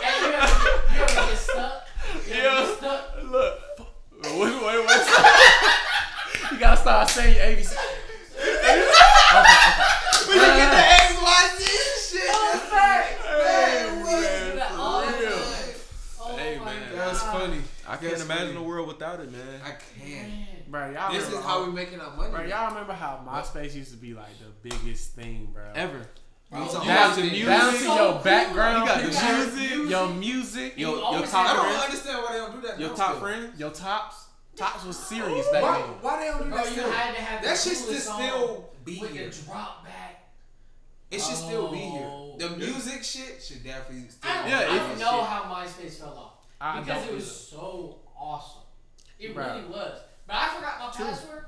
S4: Hey, hey, you ever- you ever get stuck? You ever
S1: Yeah.
S4: get stuck?
S1: Look. Wait, wait, wait.
S3: You gotta start saying your ABC.
S2: We didn't get the XYZ shit.
S4: Oh, facts. We
S2: Man,
S4: used
S2: what?
S4: to do that all the
S1: for real.
S4: time. Oh
S1: Hey,
S4: my
S1: man.
S4: God.
S2: That's funny.
S1: I can't
S2: That's
S1: imagine
S2: funny.
S1: a world without it, man.
S2: I can't.
S4: Man.
S3: Bro, y'all
S2: This
S3: remember
S2: is how
S3: all-
S2: we making our money.
S3: Bro, y'all remember how MySpace used to be like the biggest thing, bro.
S1: Ever.
S2: Bro,
S4: You
S2: it's a
S1: got
S2: whole
S1: the
S2: thing.
S1: music.
S3: Down to
S4: So
S3: your
S4: cool.
S3: background,
S1: You got the
S3: picture,
S1: music.
S3: your music,
S1: Your, your
S4: always
S2: I
S1: top
S4: have-
S2: don't
S1: friends.
S2: understand why they don't do that.
S1: Your
S2: now
S1: top
S2: still.
S1: friends.
S3: your tops. Tops was serious back
S2: Why,
S3: then.
S2: why they don't do
S4: Bro,
S2: that
S4: Oh, you
S2: still?
S4: had to have
S2: That
S4: the
S2: shit should
S4: coolest song
S2: still be
S4: with
S2: here.
S4: the drop back.
S2: It should still be here.
S4: Oh.
S2: The music shit should definitely still.
S4: I don't,
S2: be
S1: Yeah,
S4: I
S1: if-
S4: don't
S2: here.
S4: know how MySpace fell off.
S3: I
S4: because
S3: don't
S4: it was
S3: either.
S4: so awesome. It
S3: Bruh.
S4: really was. But I forgot my
S3: True.
S4: password.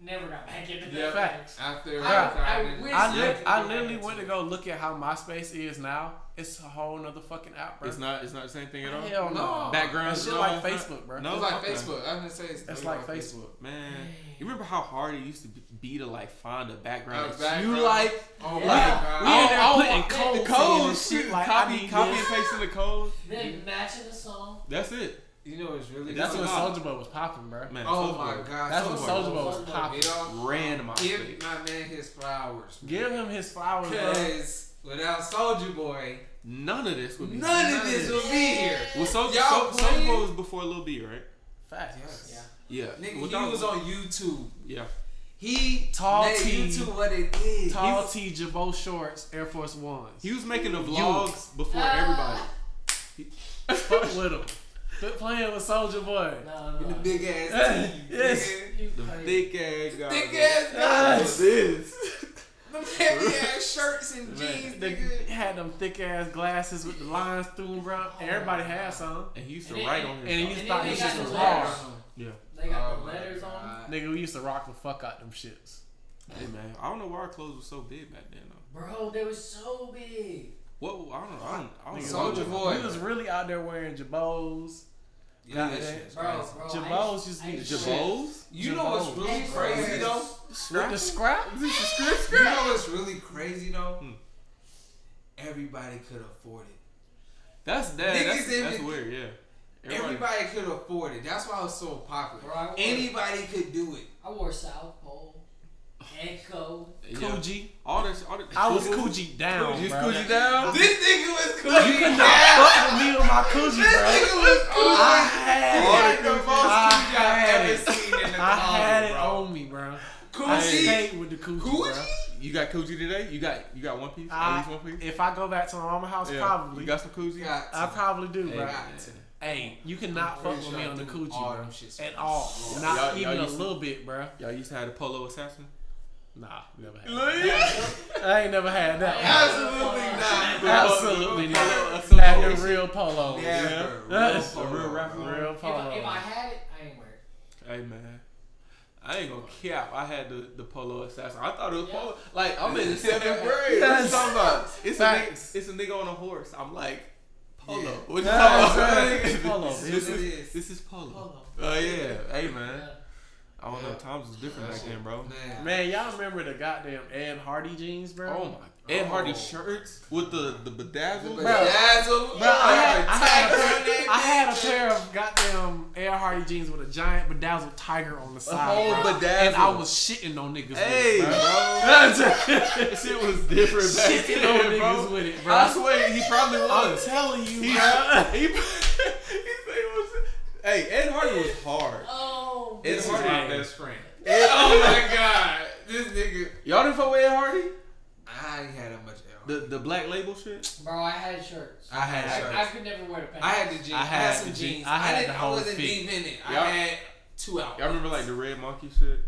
S4: Never got back into
S2: Yeah.
S4: that. Facts.
S2: After
S4: I- I
S2: didn't-
S4: wish-
S3: I, li-
S4: Yeah.
S3: I literally went to go look at how MySpace is now. It's a whole nother fucking app, bro.
S1: It's not. It's not the same thing at all.
S3: Hell no.
S2: No.
S1: Background
S3: That shit
S1: no,
S3: like
S1: it's
S3: Facebook, bro.
S1: No,
S2: It's like
S1: okay.
S2: Facebook. I'm gonna say it's
S3: It's
S2: it's
S3: like Facebook.
S1: Man, you remember how hard it used to be to like find a background
S2: A
S1: that you
S2: background.
S1: like?
S4: Yeah.
S2: Oh my
S1: We
S2: god.
S1: in there
S3: Oh, oh,
S1: putting
S3: oh,
S1: code,
S3: the
S1: the
S3: code,
S1: code,
S3: shit,
S1: shit,
S3: like, I
S1: copy,
S3: need
S1: copy
S3: this.
S1: and pasting the code.
S4: Then matching the song.
S1: That's it,
S2: You know it's really.
S3: That's
S1: It's
S3: when
S1: a lot.
S3: Soldier Boy was popping, bro.
S1: man.
S2: Oh
S1: Soulja
S2: my
S1: Boy
S2: god.
S3: That's when
S2: Soulja
S3: Soldier
S2: Boy.
S3: Boy was popping.
S2: Get off.
S1: Ran my face.
S2: Give my man his flowers.
S3: Give him his flowers, bro.
S2: Because without Soldier Boy,
S1: None of this would be.
S2: none of this would be here.
S1: Well, Soulja
S2: Y'all
S1: Soul- Soulja Boy
S2: playing?
S1: was before Lil B, right?
S3: Facts.
S2: Yes.
S1: Yeah.
S2: Nigga,
S1: Without-
S2: he was on YouTube.
S1: Yeah.
S2: He
S3: Tall
S2: made
S3: T.
S2: YouTube what it is.
S3: Tall T, Jabot shorts, Air Force Ones.
S1: He was making the vlogs before
S4: Ah.
S1: everybody.
S3: fuck with him. Quit playing with Soldier Boy.
S4: No, no.
S2: In the big ass T.
S3: Yes.
S2: nigga.
S4: You
S1: The
S4: crazy.
S1: thick ass guy.
S2: Thick ass guys.
S1: this.
S2: Them heavy ass shirts and jeans,
S3: They
S2: nigga.
S3: had them thick ass glasses with the lines through them, bro. Everybody had some.
S1: And he used to
S4: And it-
S1: write on
S3: And
S1: his.
S4: And
S1: side.
S3: he used to thought
S4: then
S3: this
S4: they
S3: shit
S4: got
S3: was
S4: the
S3: raw.
S4: letters.
S1: Yeah.
S4: They got
S2: Oh
S4: the
S2: my
S4: letters on.
S2: God.
S3: Nigga, we used to rock the fuck out them shits.
S1: Hey man, I don't know why our clothes were so big back then though.
S4: Bro, they were so big.
S1: What I don't know. I don't. I don't
S3: Nigga,
S1: know.
S2: Soulja
S3: we-
S2: Boy.
S3: We was really out there wearing Jabots.
S2: Yeah, that
S3: Nah,
S2: shit's
S4: Bro,
S2: crazy.
S4: bro. I
S3: Jabots
S4: used-
S3: just
S4: I
S3: need
S4: used
S3: to
S4: to-
S3: shit.
S1: Jabos?
S2: You know what's
S3: Jabos.
S2: really
S4: Hey,
S2: crazy
S4: Fred.
S2: though?
S3: With the scrap?
S2: You know what's really crazy though?
S1: Hmm.
S2: Everybody could afford it.
S1: That's that.
S2: Niggas
S1: That's,
S2: in
S1: that's
S2: the-
S1: weird. Yeah. Everybody.
S2: Everybody could afford it. That's why it was so popular.
S4: Bro, I wore,
S2: Anybody could do it.
S4: I wore South Pole, Echo.
S1: yeah.
S3: Coogee.
S1: All this. All this.
S3: I was Coogee down,
S1: You
S3: bro.
S1: Coogee down.
S2: This nigga was
S3: You could
S2: cooking.
S3: not fuck with me with my
S2: This
S3: Coogee, bro.
S2: nigga was
S3: I
S2: cooking.
S3: had
S1: All
S3: it.
S1: the
S2: had the most
S3: I
S2: coochie I've
S3: had
S2: ever
S3: it.
S2: seen in the
S3: I had it
S2: closet, bro.
S3: on me, bro. I
S2: Coochie?
S3: stayed with the Coogee, bro.
S2: Coochie?
S1: You got Coogee today. You got you got one piece.
S3: I-
S1: At least one piece.
S3: If I go back to my mama house, probably.
S1: You got some Coogee.
S2: Yeah.
S3: I probably do,
S1: Hey,
S3: bro.
S1: man.
S3: Hey, you cannot fuck
S2: Pretty
S3: with
S2: sure
S3: me
S2: I
S3: on the
S2: threw
S3: coochie,
S2: all
S3: bro.
S2: them shits
S3: At
S2: away.
S3: all.
S2: Yeah.
S3: Not
S1: Y'all- y'all
S3: even a
S1: used to-
S3: little bit, bro.
S1: Y'all used to have the Polo Assassin.
S3: Nah, never had that.
S1: Absolutely
S3: I ain't never had that.
S2: Absolutely not.
S3: Absolutely not.
S1: Polo
S3: Had the
S1: Association.
S3: real polo.
S2: Never.
S3: Yeah.
S2: Real
S1: A real
S2: polo,
S1: rapper,
S2: bro.
S3: Real
S4: If I, if I
S3: polo.
S4: had it, I ain't wear it.
S1: Hey man. I ain't gonna cap. I had the, the polo assassin. I thought it was
S4: Yeah.
S1: polo. Like I'm in the seventh grade. What you
S3: Yes.
S1: talking about? It's a
S3: Facts.
S1: nigga, it's a nigga on a horse. I'm like polo.
S2: Yeah.
S1: What you
S3: Yes,
S1: talking
S3: right.
S1: about?
S3: Polo,
S1: This
S2: bitch.
S1: is this is polo.
S4: Polo.
S1: Oh yeah. Hey man.
S4: Yeah.
S1: I don't know.
S2: Yeah.
S1: Times was different back then, bro.
S2: Man.
S3: Man, y'all remember the goddamn Ed Hardy jeans, bro?
S1: Oh my. Ed
S2: Oh.
S1: Hardy shirts with the the bedazzled.
S2: Bro,
S3: Bro.
S2: Dazzle,
S3: Bro, I had, I, had
S2: tiger
S3: a
S2: on
S3: pair, I
S2: that
S3: had a
S2: bitch.
S3: pair of goddamn Air Hardy jeans with a giant bedazzled tiger on the
S1: A
S3: side.
S1: whole
S3: bro.
S1: Oh, bedazzled.
S3: and I was shitting on niggas
S1: Hey,
S3: with it,
S1: bro.
S3: bro.
S1: That shit was different back
S3: shitting on
S1: then,
S3: niggas
S1: bro.
S3: with it, bro.
S1: I swear, he probably
S3: I'm
S1: was.
S3: telling you,
S1: He-
S3: bro.
S1: he, he said it was. Hey, Ed Hardy was hard.
S4: Oh,
S1: Ed
S2: This is
S1: Hardy.
S2: my
S3: Hey.
S2: best friend.
S1: Ed,
S2: Oh my god. this nigga,
S1: Y'all didn't fuck with Ed Hardy?
S2: I ain't had that much L.
S1: The the black label shit?
S4: Bro, I had shirts.
S2: I had shirts.
S4: I, I could never wear the pants.
S2: I had the jeans. I
S3: I had
S2: had
S3: the
S2: some
S3: jean-
S2: jeans.
S3: I had the whole
S2: I wasn't
S3: fit.
S2: deep in it. I
S1: Y'all-
S2: had two out.
S1: Y'all remember like the Red Monkey shit?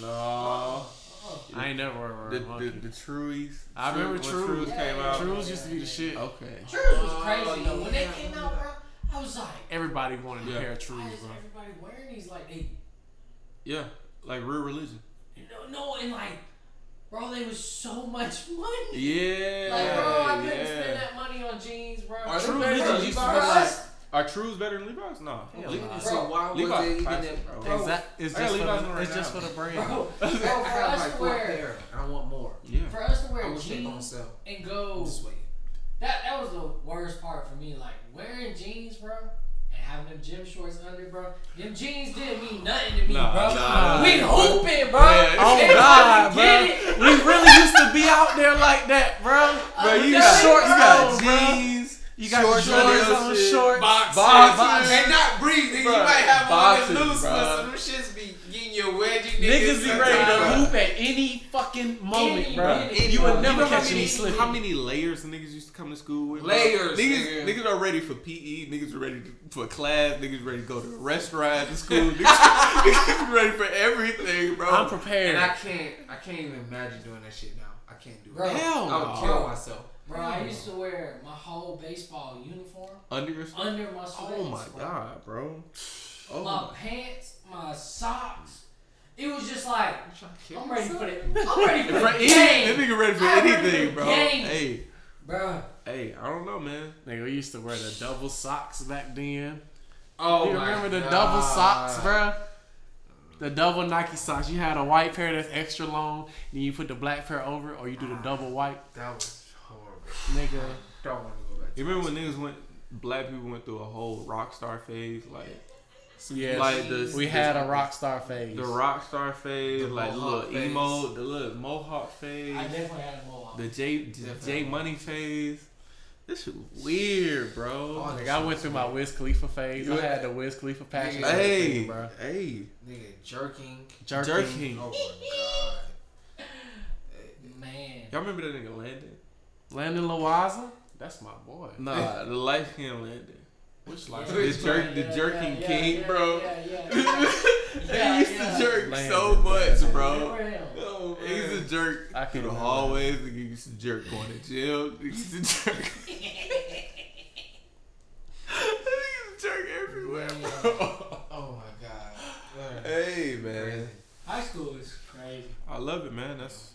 S1: No.
S4: Uh-uh.
S3: I ain't never wear
S1: The
S3: a
S1: the,
S3: monkey.
S1: the Trues.
S3: I remember
S1: when
S3: Trues.
S1: Trues came
S4: Yeah.
S1: out.
S3: Trues used to be the shit.
S1: Okay.
S4: Shirts was
S2: Oh,
S4: crazy though. When they
S2: yeah.
S4: came out, bro, I was like,
S3: Everybody wanted
S1: Yeah.
S3: a pair of
S4: why
S3: Trues,
S4: is
S3: bro.
S4: everybody wearing these? Like they,
S1: Yeah. Like real religion.
S4: no, no, and like, bro, they was so much money.
S1: Yeah.
S4: Like, bro, I couldn't spend
S1: yeah.
S4: that money on jeans, bro.
S2: Are they
S4: Bro,
S2: better
S4: bro,
S2: than
S4: bro,
S2: Levi's?
S4: us-
S1: Are Trues better than Levi's? No.
S3: Hell
S1: Le-
S3: no.
S2: So why was
S1: Levi's
S2: they even
S1: classic,
S2: in-
S1: bro.
S4: Bro,
S3: Exact. It's
S1: I got
S3: just, for
S1: Levi's
S3: the,
S1: on right
S3: it's just
S1: now.
S3: for the brand.
S4: bro, bro,
S2: I
S4: for
S2: had
S4: us
S2: like
S4: to
S2: four
S4: wear,
S2: pair. I want more.
S1: Yeah.
S4: for us to
S2: I
S4: wear
S2: wish they don't
S4: jeans
S2: sell.
S4: and
S2: I'm
S4: go,
S2: just waiting.
S4: that that was the worst part for me. Like wearing jeans, bro. And having them gym shorts under, bro. Them jeans didn't mean nothing to me,
S1: Nah,
S4: bro.
S1: nah.
S4: we hooping, bro.
S1: Yeah.
S3: Oh
S4: They
S3: God,
S4: fucking
S3: bro!
S4: get it.
S3: We really used to be out there like that, bro.
S1: Bro,
S4: I'm
S1: you
S4: done,
S1: got shorts, you
S3: bro.
S1: got jeans,
S3: You got
S1: shorts,
S3: shorts
S1: shorts
S3: on
S1: shit.
S3: shorts,
S2: Boxers.
S3: box-
S1: Boxers.
S2: And not breathe, nigga. You
S1: Bruh.
S2: might have one
S1: Boxers,
S2: of them
S1: bruh.
S2: loose ones, so them shits be getting your wedgie.
S3: Niggas be ready to
S2: sometimes.
S3: hoop at any fucking moment,
S4: Any
S3: bro.
S4: minute,
S3: you
S4: bro.
S3: would never
S1: You know how
S3: catch
S1: many-
S3: me slipping.
S1: How many layers the niggas used to come to school with? bro?
S2: Layers,
S1: Niggas,
S2: nigga.
S1: niggas are ready for PE. Niggas are ready to- for class. Niggas ready to go to the restaurant, to school. Niggas, niggas ready for everything, bro.
S3: I'm
S2: And
S3: prepared.
S2: I can't, I can't even imagine doing that shit now. I can't do
S4: Bro.
S2: it.
S3: Hell
S2: I would
S3: no.
S2: kill myself.
S4: Bro, I used to wear my whole baseball uniform
S1: Under your.
S4: under my sweats.
S1: Oh my
S4: bro.
S1: god, bro. Oh
S4: My
S1: my.
S4: pants, my socks. It was just like
S2: I'm trying to kill
S4: I'm ready
S2: myself.
S4: for it. I'm ready for
S1: For
S4: the
S1: any,
S4: game,
S1: that nigga ready for
S4: I ready for
S1: anything, bro.
S4: games.
S1: Hey,
S4: bro.
S1: hey, I don't know, man.
S3: Nigga, we used to wear the double socks back then.
S2: Oh,
S3: you
S2: my
S3: remember the
S2: God.
S3: double socks, bro? The double Nike socks. You had a white pair that's extra long, then you put the black pair over, or you do the double white,
S2: That was horrible.
S3: nigga.
S2: Don't want to go back.
S1: You remember when niggas went, black people went through a whole rock star phase, like
S3: Yes,
S1: Like the-
S3: we had a rock star phase.
S1: the rock star phase,
S2: The
S1: like
S2: mohawk
S1: little
S2: phase.
S1: emo, the little mohawk
S4: I
S1: phase.
S4: definitely had a mohawk.
S1: The J J
S2: Definitely.
S1: Money phase. This shit weird, bro.
S2: Oh,
S3: Like I went through my Wiz Khalifa phase. I
S1: You-
S3: had the Wiz Khalifa passion.
S2: Yeah.
S1: hey,
S3: bro.
S1: hey,
S2: Nigga jerking.
S3: Jerking.
S1: jerking.
S2: Oh my god.
S4: Man,
S1: Y'all remember that nigga Landon?
S3: Landon Loaza. That's my boy.
S1: Nah, the light skin Landon.
S3: Which
S4: Yeah,
S3: like
S1: The
S4: yeah,
S1: jerk- the
S4: yeah,
S1: jerking
S4: yeah,
S1: king,
S4: yeah,
S1: bro.
S4: Yeah, yeah, yeah.
S1: He
S4: Yeah,
S1: used
S4: yeah.
S1: to jerk
S3: Landon.
S1: so much,
S4: Remember
S1: bro.
S4: him?
S2: Oh,
S1: He used to jerk through
S3: I can't
S1: the
S3: remember.
S1: hallways. He used to jerk going to jail. He used to jerk. He used to jerk everywhere, bro.
S2: Oh my god. Yeah.
S1: Hey, man.
S4: High school is crazy.
S1: I love it, man. That's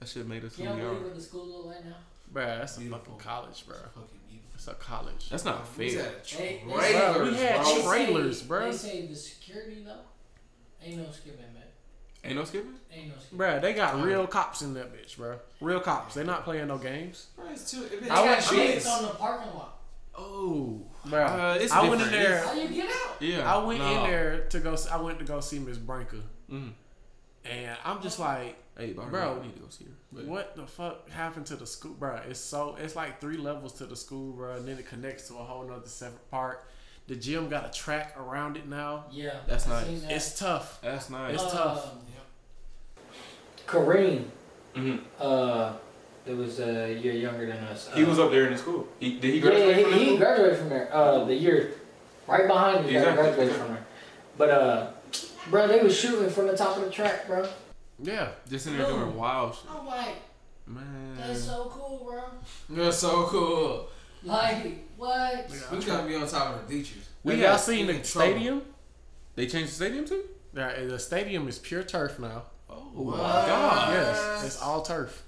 S1: that shit made us
S4: Can
S1: who
S4: y'all
S1: we
S4: believe
S1: are.
S4: what the school look like now?
S3: Bro, that's a
S2: Beautiful.
S3: fucking college, bro.
S2: It's fucking evil.
S3: It's a college.
S1: That's not
S2: We
S1: fair.
S2: had
S4: They- they-
S2: trailers,
S3: Bro, we had
S2: bro.
S4: They say-
S3: trailers, bro.
S4: They say the security though, ain't no skipping, man.
S1: Ain't no skipping.
S4: Ain't no skipping.
S3: Bro, they got real cops in that bitch, bro. Real cops. They're not playing no games.
S2: Bro, it's too- it-
S3: I
S2: they
S3: went-
S2: got
S3: I
S4: They
S2: kids.
S4: was on the parking lot.
S1: Oh,
S3: Bro,
S1: Uh, it's
S3: I went in
S1: different.
S3: there.
S4: How you get out?
S1: yeah.
S3: I went
S1: nah.
S3: in there to go. I went to go see Miss Branca,
S1: Mm.
S3: and I'm just like,
S1: Hey,
S3: Bro.
S1: bro, we need to go see her. But-
S3: what the fuck happened to the school, bro? It's so it's like three levels to the school, bro, and then it connects to a whole nother separate part. The gym got a track around it now.
S4: Yeah,
S1: That's
S4: I
S1: nice.
S4: seen that.
S3: It's tough.
S1: That's nice.
S3: It's
S4: Um,
S3: tough.
S4: Kareem,
S1: Mhm.
S4: uh, it was a year younger than us.
S1: He was up there in the school. He, did he
S4: yeah,
S1: graduate
S4: he,
S1: from the
S4: he
S1: school?
S4: graduated from there. Uh, the year right behind you
S1: Exactly.
S4: that graduated from there. But uh, bro, they was shooting from the top of the track, bro.
S3: Yeah,
S1: Just in there doing wild shit,
S4: I'm like,
S1: man.
S4: Oh. that's so cool, bro.
S2: You're so cool.
S4: Like, what?
S3: Yeah.
S2: We gotta be on top of the teachers.
S3: we
S1: We
S3: y'all
S1: have
S3: seen the
S2: in trouble.
S3: stadium?
S1: They changed the stadium too.
S3: Yeah, the stadium is pure turf now.
S1: Oh
S3: my
S1: god.
S3: Yes, it's all turf.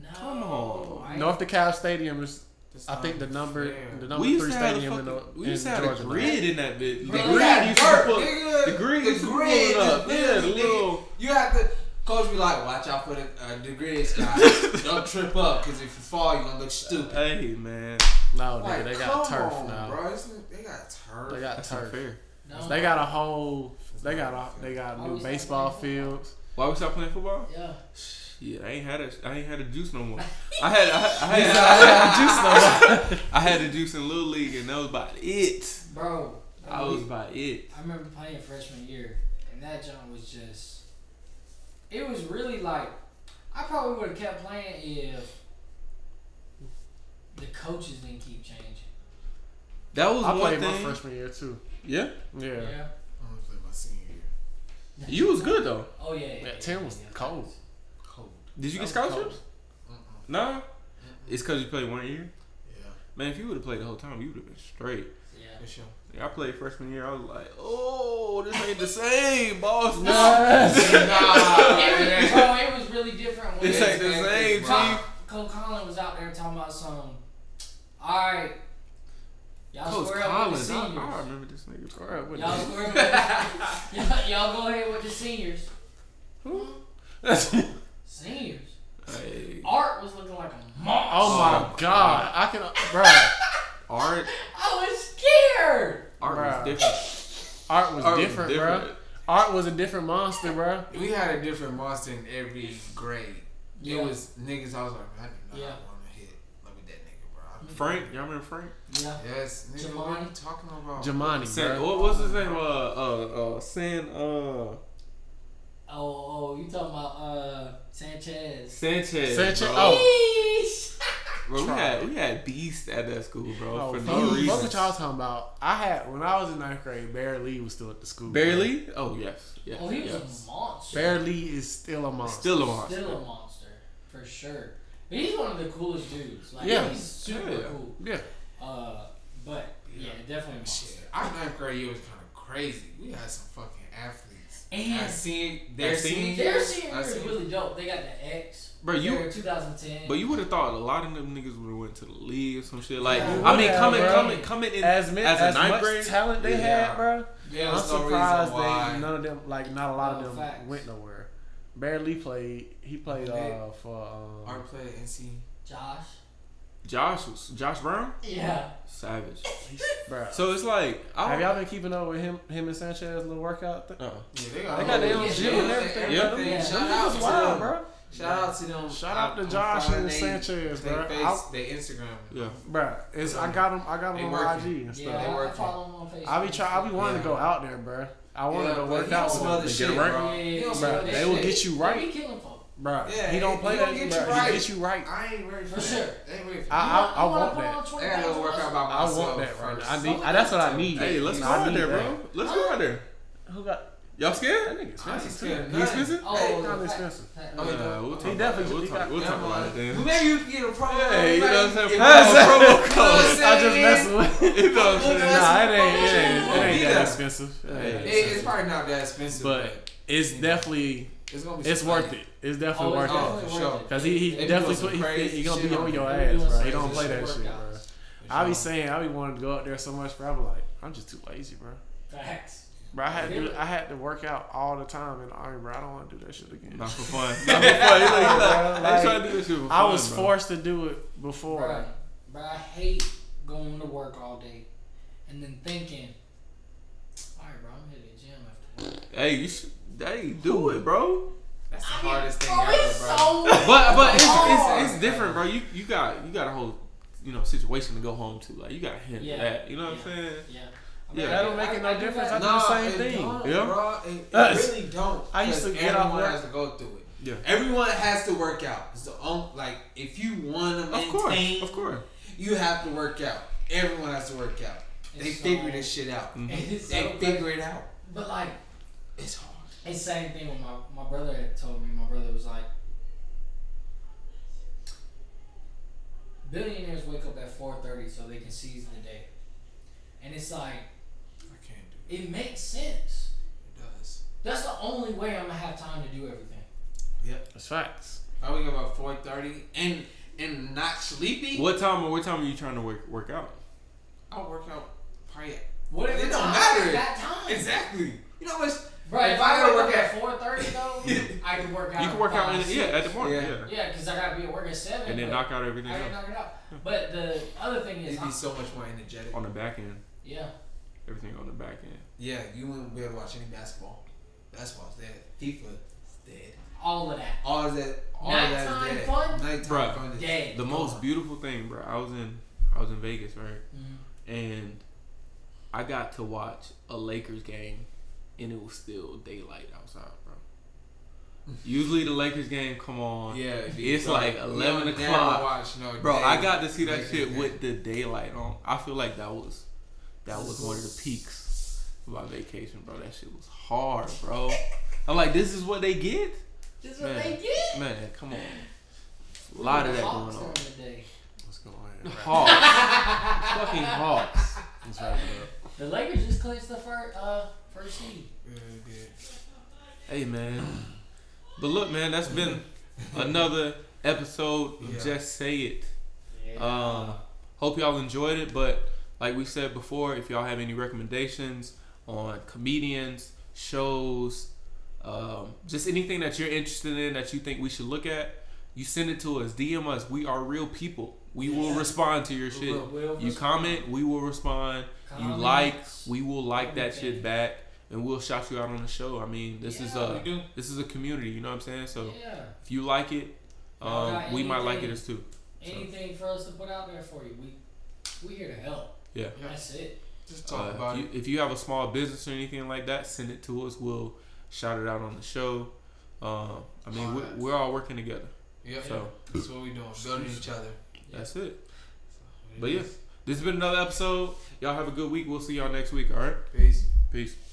S4: No.
S1: Come on.
S4: I-
S3: North DeKalb Stadium is,
S2: That's
S3: I
S2: not
S3: think, the number
S2: fair.
S3: the
S1: we
S3: number
S1: used
S3: three
S1: to have a
S3: stadium in,
S1: fucking,
S3: the,
S1: we
S3: in
S1: used to have
S3: Georgia.
S1: a
S3: now.
S1: grid in that bitch.
S4: Bro,
S1: the
S4: we
S1: grid
S4: had
S1: used to
S2: dirt,
S1: pull,
S2: nigga.
S1: the grid
S2: The
S1: used to pull
S2: grid
S1: it up.
S2: is
S1: Yeah, the
S2: big,
S1: little.
S2: You have to. Coach be like, watch out for the uh, the grids, guys. Don't trip up, cause if you fall, you're gonna look stupid.
S1: Hey man,
S3: No, Oh, nigga,
S2: Like,
S3: they got
S2: come
S3: turf
S2: on,
S3: now.
S2: bro. It's- They got turf.
S3: They got
S1: that's
S3: turf.
S1: unfair.
S4: No.
S3: They got a whole. They got a. They got
S4: Why we
S3: new
S4: stop
S3: baseball
S4: playing
S3: fields.
S1: Why we stop playing football?
S4: Yeah.
S1: Shit, I ain't had a, I ain't had a juice no more. I had, I, had- I had, I had the juice in Little League, and that was about it.
S4: Bro,
S1: I was about it.
S4: I remember playing freshman year, and that joint was just. it was really like I probably would have kept playing if the coaches didn't keep changing.
S1: That was
S3: I
S1: one
S3: played my
S1: thing.
S3: freshman year too.
S1: Yeah,
S3: Yeah.
S4: Yeah.
S2: I only played my senior year.
S1: you was good though.
S4: Oh yeah. yeah,
S3: That Tim was
S4: yeah.
S3: cold.
S2: Cold.
S1: Did you
S3: That
S1: get
S3: was cold.
S1: scholarships?
S2: Mm-mm.
S1: Nah, it's because you played one year.
S2: Yeah.
S1: Man, if you would have played the whole time, you would have been straight.
S4: Yeah.
S2: For sure.
S1: Yeah, I played freshman year. I was like, oh, this ain't the same, boss.
S4: It
S2: nah,
S4: was,
S2: man.
S4: bro, it was really different when
S1: This ain't the same,
S4: Col-
S1: chief.
S4: Coach Collins was out there talking about some. All right, y'all
S1: Coach
S4: square up with the
S1: Collins, I,
S4: seniors.
S1: I remember this nigga.
S3: All right, what
S4: Y'all
S3: the-
S4: square up with the, y'all, y'all go ahead with the seniors. Seniors.
S1: Hey,
S4: Art was looking like a monster.
S3: Oh my god! I can, bro.
S1: art,
S4: I was scared.
S1: art was
S3: Bruh.
S1: different.
S3: Art was
S1: Art was
S3: different,
S1: different.
S3: bro. Art was a different monster, bro.
S2: We had a different monster in every grade.
S4: Yeah.
S2: It was niggas. I was like, I do not
S4: Yeah.
S2: want to hit. Let me that nigga, bro. I don't-
S1: Frank, y'all remember Frank?
S4: Yeah.
S2: Yes, nigga. What are you
S4: Jamani.
S2: talking about?
S3: Jamani,
S1: San,
S3: bro.
S1: what was his name? Uh, uh, uh, San, uh,
S4: Oh, oh, you talking about uh Sanchez?
S1: Sanchez.
S3: Sanchez-
S1: Bro.
S3: oh.
S4: Yeesh.
S1: Bro, we
S3: Try.
S1: had we had beasts at that school, bro,
S3: Oh,
S1: for
S3: fuck,
S1: no
S3: fuck
S1: reason.
S3: what y'all talking about? I had when I was in ninth grade, Bear Lee was still at the school.
S1: Barry
S3: bro.
S1: Lee? Oh yes, yes,
S4: Oh, he was
S1: yes.
S4: a monster.
S3: Bear Lee is still a monster.
S1: Still a monster.
S4: Still a monster for sure. But he's one of the coolest dudes. Like
S3: Yeah.
S4: he's super
S1: Yeah.
S4: cool.
S3: yeah.
S4: Uh, but yeah, definitely a monster.
S2: Shit, our ninth grade year was kind of crazy. We had some fucking athletes.
S4: And-
S2: I seen their
S1: I've seen-
S2: senior.
S4: Their senior
S2: I
S4: year is
S2: seen-
S4: really dope. They got the X.
S1: Bro, you-
S4: They're in 2010.
S1: But you would have thought a lot of them niggas would have went to the league or some shit. Like
S4: Yeah.
S1: I mean,
S3: Yeah,
S1: coming,
S3: bro.
S1: coming, coming in
S3: As, many,
S1: as
S3: as,
S1: a ninth
S3: much
S1: grade
S3: talent they
S2: Yeah.
S3: had, bro.
S2: There
S3: I'm
S2: was no reason
S3: surprised
S2: why.
S3: they none of them like not a lot
S4: No,
S3: of them
S4: facts.
S3: went nowhere. Bear Lee played. He played
S2: They-
S3: uh, for.
S2: Our
S3: Um,
S2: play at NC.
S4: Josh.
S1: Josh, was- Josh Brown,
S4: Yeah.
S1: savage.
S3: bro.
S1: So it's like I
S3: Have
S1: don't.
S3: y'all been keeping up with him? Him and Sanchez little workout. Thing?
S1: Uh,
S2: Yeah, they got,
S3: They got their
S4: own
S2: Yeah,
S4: gym and
S2: they-
S3: everything,
S1: bro.
S4: Yeah.
S2: Shout
S3: That
S2: out
S3: was
S2: to
S3: wild,
S2: them.
S3: bro.
S2: Shout out to them.
S3: Shout out to
S2: I'm
S3: Josh
S2: finding
S3: and
S2: they-
S3: Sanchez,
S2: they
S3: bro.
S2: Face,
S3: I-
S2: they Instagram.
S1: yeah.
S3: Bro, it's I got him. I got
S2: They
S3: him on
S2: working.
S3: IG and
S4: Yeah.
S3: stuff.
S2: They
S4: I
S2: working.
S4: follow him on Facebook.
S3: I be try. I be wanting to go out there, bro. I want
S2: yeah,
S3: to go
S2: but
S3: work
S2: he don't
S3: out with
S2: smell
S3: him,
S2: the
S1: They get
S2: shit,
S1: it right.
S2: bro. He don't
S4: Yeah,
S2: smell
S3: bro.
S2: the
S3: They
S2: shit.
S3: will get you
S4: They
S3: right,
S4: be killing folk.
S3: bro.
S2: Yeah,
S3: he don't
S2: he
S3: play
S2: gonna
S3: that.
S2: get
S3: bro.
S2: you
S3: He
S2: right.
S3: get you right.
S2: I ain't ready
S4: For
S2: for
S4: sure.
S2: that. They ain't ready for
S3: I-
S2: that.
S4: You
S3: I
S4: wanna
S3: want
S4: put
S3: that.
S4: on
S2: I gotta
S4: 20,000
S2: go work out by
S3: I
S2: myself.
S3: want that right now.
S2: first.
S3: I need. I, that's what I need.
S1: Hey, let's
S3: You
S1: go
S3: know, I
S1: out
S3: need
S1: there,
S3: that.
S1: bro. Let's go out there.
S3: Who got
S1: Y'all
S3: that
S1: scared?
S3: nigga?
S2: I ain't
S3: Expensive too.
S2: scared.
S1: He expensive?
S4: Oh,
S2: Hey,
S3: kinda
S4: fact-
S3: expensive.
S4: fact-
S2: Oh, yeah.
S1: Uh, we'll
S2: He
S1: talk. About it.
S3: definitely-
S1: We'll
S3: he
S1: talk.
S3: got-
S1: We'll talk about it then.
S2: Maybe you can get a promo.
S1: Hey, you know what I'm saying?
S2: If-
S1: Promo
S2: if-
S1: code.
S3: I just messing with.
S1: You know what I'm
S2: Look
S1: saying?
S2: at
S3: Nah, it ain't. It ain't. It ain't
S2: Yeah.
S3: that expensive. It ain't that
S2: It-
S1: Hey.
S2: it's
S3: expensive.
S2: probably not that expensive,
S3: But it's definitely.
S2: it's gonna be.
S3: It's worth it. It's definitely
S4: Oh,
S3: worth
S4: it's
S2: Oh,
S3: it.
S4: definitely
S2: for
S4: worth
S2: sure.
S4: it.
S3: Cause he, he
S2: They be
S3: definitely
S2: doing some
S3: put, he,
S2: crazy
S3: he gonna be
S2: shit
S3: on
S2: on
S3: your
S2: the-
S4: they
S3: ass,
S4: doing
S3: bro.
S4: some
S3: He don't play
S2: crazy
S3: that
S4: shit
S3: shit, bro.
S4: workouts.
S3: I be saying I be wanting to go up there so much, bro. I be like, I'm just too lazy, bro.
S4: Facts.
S3: Bro, I had to, do-
S4: Yeah.
S3: I had to work out all the time in the army, bro. I don't want to do that shit again.
S1: Not for fun. Not for fun. He's like, he's like, I ain't
S3: Like,
S1: trying to do this shit for fun.
S3: I was
S1: bro.
S3: forced to do it before.
S4: Bruh, bruh, I hate going to work all day and then thinking, all right, bro, I'm gonna hit the gym after work.
S1: Hey, you should. Hey, do it, bro.
S2: That's the hardest thing
S4: Oh,
S2: ever,
S4: it's
S2: bro.
S4: so.
S1: But but it's
S4: hard.
S1: it's, it's different, bro. You you got you got a whole you know situation to go home to. Like you got to handle
S4: Yeah.
S1: that. You know what
S4: Yeah.
S1: I'm saying?
S4: Yeah.
S1: Yeah.
S3: That don't make it no
S4: do
S3: difference.
S4: that.
S3: do the same
S2: it
S3: thing.
S2: Don't,
S1: Yeah.
S2: bro, it, it
S3: Us.
S2: really don't.
S3: I used
S2: 'cause
S3: to get off
S2: everyone
S3: work-
S2: has to go through it.
S1: Yeah.
S2: Everyone has to work out. It's the only, like if you want to maintain,
S1: Of course, of course.
S2: you have to work out. Everyone has to work out. They
S4: It's
S2: figure
S4: so-
S2: this shit out.
S1: Mm-hmm.
S4: It's
S2: They
S4: so-
S2: figure it out.
S4: But like,
S2: It's hard.
S4: it's same thing when my my brother had told me. My brother was like, billionaires wake up at four thirty so they can seize the day, and it's like
S2: I can't do
S4: it makes sense.
S2: it. It does.
S4: That's the only way I'm gonna have time to do everything.
S3: That's facts.
S2: I wake up at four thirty and and not sleepy.
S1: What time? What time are you trying to work work out?
S2: I work out probably at-
S4: What if
S2: It
S4: it's
S2: don't
S4: not
S2: matter.
S4: That time.
S2: exactly. You know what's
S4: Bro, if,
S2: If
S4: I
S2: I
S4: gotta
S2: work
S4: work at four thirty though, I can work out.
S1: you can work out
S4: five,
S1: in the, yeah
S4: six.
S1: at the morning, yeah,
S2: Yeah.
S4: Yeah, because I gotta be at work at seven.
S1: and then
S4: but
S1: knock out
S4: I
S1: everything
S4: can
S1: else
S4: knock it out. But the other thing is,
S2: It'd
S4: I'm,
S2: be so much more energetic.
S1: on the back end.
S4: yeah,
S1: Everything on the back end.
S2: Yeah, you wouldn't be able to watch any basketball. Basketball's dead. FIFA's dead.
S4: all of that.
S2: All of that. All of that
S4: Nighttime
S2: is dead.
S4: fun?
S2: Nighttime
S1: Bruh.
S2: fun is
S4: Day.
S1: The most beautiful thing, bro. I was in I was in Vegas, right?
S4: Mhm.
S1: And I got to watch a Lakers game, and it was still daylight outside, bro. Usually the Lakers game, come on.
S2: Yeah,
S1: It's like 11
S2: we don't dare
S1: o'clock.
S2: Watch, no,
S1: Bro,
S2: day-
S1: I got to see that
S2: Lakers
S1: shit
S2: game.
S1: with the daylight on. I feel like that was that was one of the peaks of my vacation, bro. That shit was hard, bro. I'm like, this is what they get?
S4: This is
S1: Man.
S4: what they get.
S1: Man, come on. A lot of that
S4: Hawks
S1: going on.
S4: during the day.
S3: Let's go
S1: The
S3: ahead. Wrap,
S1: Hawks. fucking Hawks.
S3: let's wrap it up.
S4: The Lakers just clinched the first uh first seed.
S2: Yeah, yeah.
S1: Hey man. But look, man, that's been another episode of
S2: Yeah.
S1: Just Say It.
S4: Yeah.
S1: Um, hope y'all enjoyed it. But like we said before, if y'all have any recommendations on comedians, shows, um, just anything that you're interested in that you think we should look at, you send it to us. DM us. We are real people. We will
S4: Yeah.
S1: respond to your shit.
S4: Will- will
S1: You
S4: respond.
S1: comment, we will respond. You
S4: Comments.
S1: like, we will like that
S4: Everything.
S1: shit back, and we'll shout you out on the show. I mean, this is
S4: Yeah,
S1: a
S2: We do.
S1: this is a community. You know what I'm saying? So
S4: yeah.
S1: if you like it,
S4: Y'all
S1: um,
S4: got
S1: we might like it
S4: anything?
S1: as too.
S4: Anything for us to put out there for you, we we here to help.
S1: Yeah.
S2: Yeah.
S4: That's it.
S2: Just
S1: Uh,
S2: talk about
S1: if, you,
S2: it.
S1: if you have a small business or anything like that, send it to us. We'll shout it out on the show. Uh, I mean, we,
S2: Alright.
S1: we're all working together,
S2: Yep.
S1: so
S2: That's what we doing. Building each other.
S1: that's it.
S2: So,
S1: But yeah, this has been another episode. Y'all have a good week. We'll see y'all next week. All right,
S2: Peace.
S1: peace.